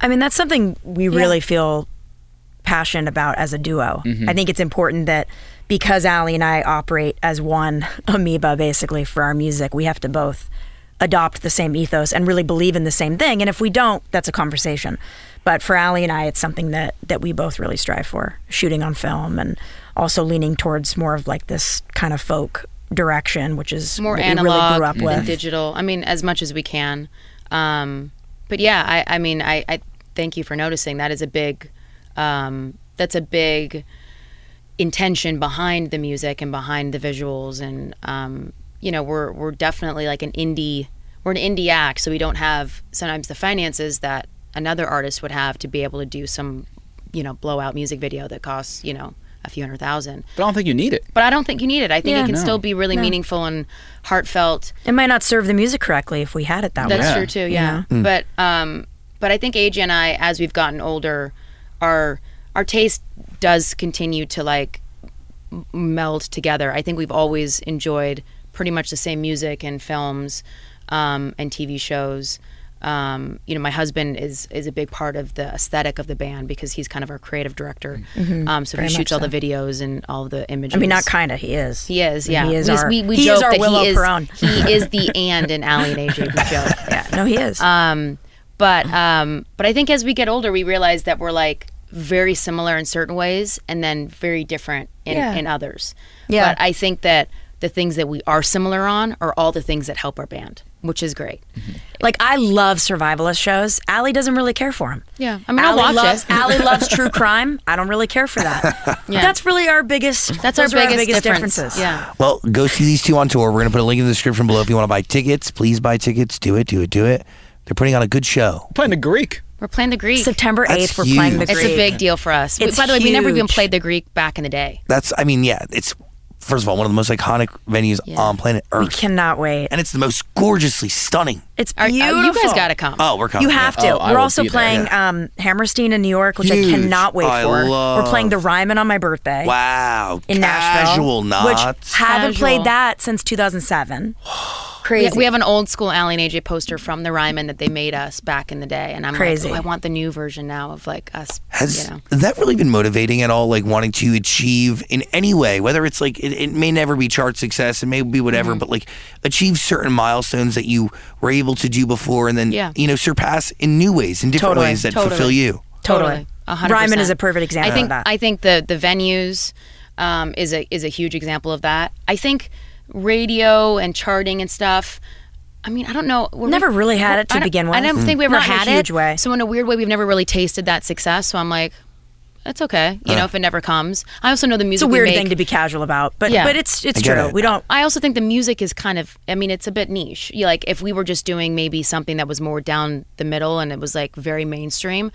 C: I mean, that's something we really feel passionate about as a duo. I think it's important that because Allie and I operate as one amoeba basically for our music, we have to both adopt the same ethos and really believe in the same thing. And if we don't, that's a conversation. But for Allie and I, it's something that that we both really strive for, shooting on film and also leaning towards more of like this kind of folk direction, which is
B: more
C: what
B: analog
C: we really grew up
B: than
C: with.
B: digital. I mean, as much as we can. Um, but yeah, I, I mean, I, I thank you for noticing. That is a big, um, that's a big intention behind the music and behind the visuals. And um, you know, we're we're definitely like an indie. We're an indie act, so we don't have sometimes the finances that another artist would have to be able to do some, you know, blowout music video that costs you know a few hundred thousand
D: But I don't think you need it.
B: but I don't think you need it. I think
C: Yeah.
B: it can
C: No.
B: still be really meaningful and heartfelt.
C: It might not serve the music correctly if we had it that way.
B: That's
D: Yeah.
B: true too. Yeah. But um, but I think AJ and I, as we've gotten older, our our taste does continue to like m- meld together. I think we've always enjoyed pretty much the same music and films um, and TV shows. Um, you know, my husband is is a big part of the aesthetic of the band because he's kind of our creative director.
C: Mm-hmm.
B: Um, so he shoots all the videos and all the images.
C: I mean, not kind of. He is.
B: He is, yeah.
C: He is
B: we,
C: our-
B: we, we
C: he is
B: joke
C: our
B: that
C: Willow
B: he is,
C: Perón.
B: He is the and in Ally and AJ. We joke.
C: Yeah. No, he is.
B: Um, but um, but I think as we get older, we realize that we're like very similar in certain ways, and then very different in,
C: Yeah.
B: in others.
C: Yeah.
B: But I think that the things that we are similar on are all the things that help our band, which is great.
C: Like I love survivalist shows. Allie doesn't really care for them.
B: Yeah. I mean, I'll watch
C: loves,
B: it.
C: Allie loves true crime. I don't really care for that.
B: Yeah.
C: That's really our biggest.
B: That's
C: those
B: our
C: are
B: biggest, difference.
C: differences.
B: Yeah.
A: Well, go see these two on tour. We're going to put a link in the description below if you want to buy tickets. Please buy tickets. Do it, do it, do it. They're putting on a good show.
D: Playing the Greek.
B: We're playing the Greek.
C: September
A: That's
C: eighth, we're playing the
A: huge.
B: it's
C: Greek.
B: a big deal for us. We-
C: It's
B: by the way, we never even
C: huge.
B: played the Greek back in the day.
A: That's, I mean, yeah, it's, first of all, one of the most iconic venues on planet Earth.
C: Cannot wait.
A: and it's the most gorgeously stunning.
C: It's
B: Are, are-
C: beautiful.
B: you guys got to come.
A: Oh, we're coming.
C: You have
A: Yeah.
C: to.
D: Oh, I
C: We're
D: will
C: also
D: be there.
C: playing um, Hammerstein in New York, which
A: Huge.
C: I cannot wait
A: I
C: for.
A: love-
C: We're playing the Ryman on my birthday
A: Wow.
C: in
A: Casual
C: Nashville,
A: not.
C: which haven't
B: Casual.
C: played that since 2007.
B: We-
C: Crazy.
B: We, have an old school Allie and AJ poster from the Ryman that they made us back in the day, and I'm
C: Crazy.
B: like, oh, I want the new version now of like us.
A: Has
B: you know,
A: that really been motivating at all? Like wanting to achieve in any way, whether it's like it, it may never be chart success, it may be whatever,
B: Mm-hmm.
A: but like achieve certain milestones that you were able to do before, and then
B: Yeah.
A: you know surpass in new ways, in different
C: Totally.
A: ways that
B: Totally.
A: fulfill you.
C: Totally.
B: A hundred
C: Ryman
B: percent.
C: is a perfect example
B: I think
C: of that.
B: I think the the venues um, is a is a huge example of that. I think radio and charting and stuff. I mean, I don't know. were
C: Never really had it to
B: I don't-
C: begin with.
B: I don't think we ever
C: Not in a
B: had
C: huge
B: it.
C: way.
B: So in a weird way, we've never really tasted that success. So I'm like, it's okay. You know, if it never comes. I also know the
C: It's a
B: music.
C: weird
B: we make,
C: thing to be casual about, but
B: Yeah.
C: but it's it's
A: I get
C: true.
A: it.
C: We don't.
B: I also think the music is kind of, I mean, it's a bit niche. You- Like, if we were just doing maybe something that was more down the middle and it was like very mainstream,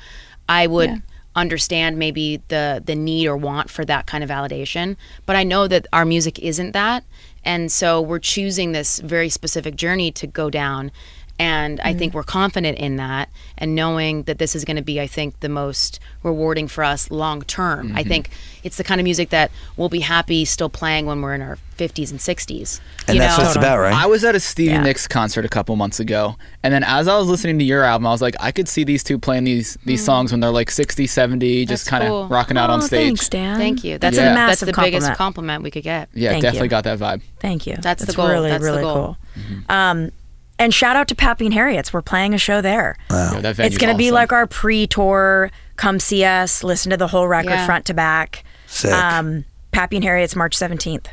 B: I would understand maybe the the need or want for that kind of validation. But I know that our music isn't that, and so we're choosing this very specific journey to go down. And I
A: Mm.
B: think we're confident in that, and knowing that this is going to be, I think, the most rewarding for us long term.
A: Mm-hmm.
B: I think it's the kind of music that we'll be happy still playing when we're in our 50s and 60s.
A: And
B: you
A: that's
B: know?
A: what it's about, right?
D: I was at a Stevie
C: Yeah.
D: Nicks concert a couple months ago, and then as I was listening to your album, I was like, I could see these two playing these these songs when they're like 60, 70, just
B: That's
D: kind of
B: cool.
D: rocking out on
C: Hmm. Oh,
D: stage.
C: Thanks, Dan.
B: Thank you. That's,
C: a
D: Yeah.
B: the- that's
C: massive
B: the biggest
C: compliment.
B: compliment we could get.
D: Yeah,
C: Thank
D: definitely
C: you.
D: got that vibe.
C: Thank you.
B: That's the goal.
C: Really,
B: That's the
C: really
B: goal.
C: cool.
A: Mm-hmm.
C: Um, and shout out to Pappy and Harriet's. We're playing a show there.
D: Yeah, that
C: It's
D: venue's
C: going to be
D: awesome.
C: like our pre-tour. Come see us. Listen to the whole record
B: Yeah.
C: front to back.
A: Sick.
C: Um, Pappy and Harriet's March seventeenth.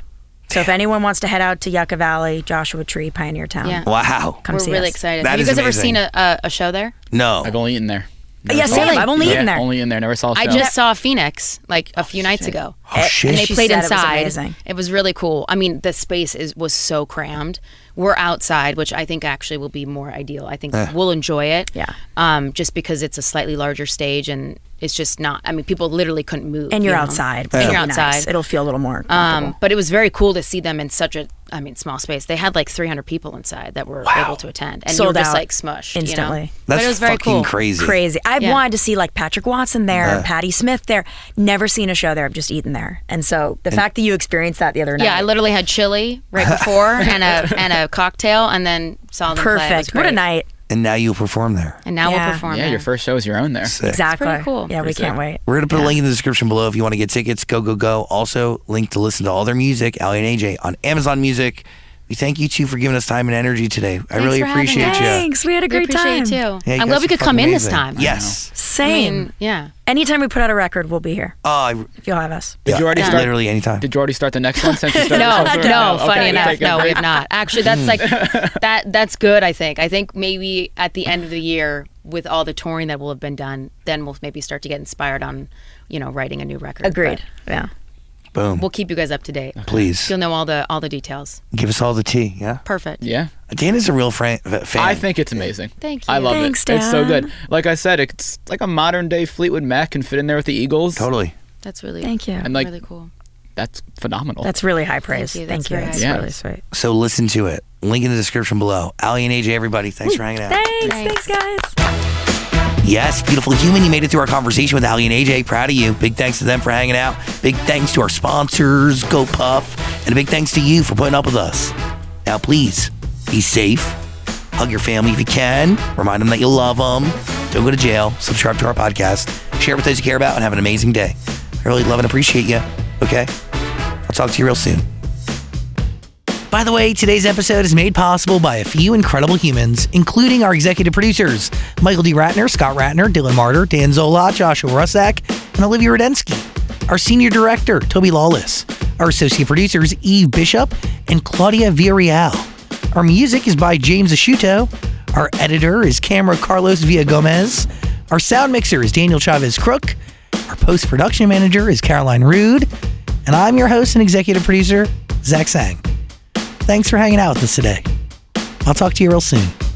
C: So if anyone wants to head out to Yucca Valley, Joshua Tree, Pioneer Town,
B: Yeah.
A: wow.
C: come
B: We're
C: see
B: really
C: us.
B: excited.
A: That
B: Have you
A: is
B: guys ever
A: amazing.
B: seen a, a, a show there?
A: No. Oh,
D: I've only eaten there.
C: Yeah, same.
B: Really?
C: I've only
D: yeah,
C: eaten there.
D: Only in there. Never saw a show.
B: I just saw Phoenix like a few nights ago.
A: Oh, shit.
B: And they
C: She
B: played
C: said it was
B: inside.
C: amazing.
B: It was really cool. I mean, the space is was so crammed. We're outside, which I think actually will be more ideal. I think
A: Eh.
B: we'll enjoy it.
C: Yeah.
B: Um, just because it's a slightly larger stage and it's just not. I mean, people literally couldn't move.
C: and you're
B: you know?
C: outside. which
B: And
C: will
B: you're
C: be nice.
B: outside.
C: It'll feel a little more.
B: Um, but it was very cool to see them in such a, I mean, small space. They had like 300 people inside that were able to attend, and you were
C: Sold
B: just
C: out
B: like smushed you know?
C: instantly.
A: That's
B: but it was very
A: fucking
B: cool.
A: crazy.
C: crazy. I've
B: Yeah.
C: wanted to see like Patrick Watson there, Patty Smith there. Never seen a show there. I've just eaten there, and so the fact that you experienced that the other night,
B: Yeah, I literally had chili right before and a and a cocktail, and then saw them play. It was
C: perfect. What a
B: great.
C: night!
A: And now you perform there.
B: And now
C: Yeah.
B: we'll perform.
D: Yeah,
B: there.
D: your first show is your own there.
C: Exactly.
B: pretty cool.
C: Yeah, we
D: Pretty
C: can't
D: sick.
C: wait.
A: We're going to put a link in the description below if you want to get tickets. Go, go, go. Also, link to listen to all their music, Ali and AJ, on Amazon Music. We thank you two for giving us time and energy today. I really
B: for having
A: appreciate
B: us.
A: you.
C: Thanks. We had a
B: We
C: great time.
B: appreciate you.
A: Yeah, you
B: I'm
A: guys
B: glad we
A: are
B: could come
A: fucking
B: in this
A: amazing.
B: time.
A: Yes.
B: I
C: Same.
B: mean, yeah.
C: Anytime we put out a record, we'll be here
A: Oh, I,
C: if you'll have us.
D: Did
A: yeah,
D: you already start?
A: Literally anytime.
D: Did you already start the next one since you started?
B: No,
D: this one?
B: no.
D: Okay,
B: funny
D: we'll
B: enough,
D: take a
B: no, we
D: break.
B: have not. Actually, that's like that. That's good. I think. I think maybe at the end of the year, with all the touring that will have been done, then we'll maybe start to get inspired on, you know, writing a new record.
C: Agreed.
B: But
C: Yeah.
A: Boom.
B: we'll keep you guys up to date.
A: Please
B: You'll know all the all the details.
A: give us all the tea. Yeah.
B: Perfect.
D: Yeah.
A: Dan is a real fran- v- fan.
D: I think it's amazing.
B: Thank
D: I
B: you.
D: love
C: Thanks,
D: it. It's so
C: Dan.
D: good. Like I said, it's like a modern day Fleetwood Mac can fit in there with the Eagles.
A: totally.
B: That's really
C: Thank you.
D: And like
B: really cool.
D: that's phenomenal.
C: That's really high praise.
B: you.
C: Thank you.
B: That's very
C: It's
D: high
C: really
D: praise.
C: sweet.
A: So listen to it. Link in the description below. Ali and AJ, everybody, thanks for hanging out.
C: Thanks. Thanks, guys.
A: Yes, beautiful human, you made it through our conversation with Ali and AJ. Proud of you. Big thanks to them for hanging out. Big thanks to our sponsors, GoPuff. And a big thanks to you for putting up with us. Now, please be safe. Hug your family if you can. Remind them that you love them. Don't go to jail. Subscribe to our podcast. Share with those you care about and have an amazing day. I really love and appreciate you. Okay? I'll talk to you real soon. By the way, today's episode is made possible by a few incredible humans, including our executive producers Michael D. Ratner, Scott Ratner, Dylan Martyr, Dan Zola, Joshua Rusak, and Olivia Rudensky. Our senior director, Toby Lawless. Our associate producers, Eve Bishop and Claudia Villarreal. Our music is by James Asciuto. Our editor is Camera Carlos Villa Gomez. Our sound mixer is Daniel Chavez Crook. Our post production manager is Caroline Rude. And I'm your host and executive producer, Zach Sang. Thanks for hanging out with us today. I'll talk to you real soon.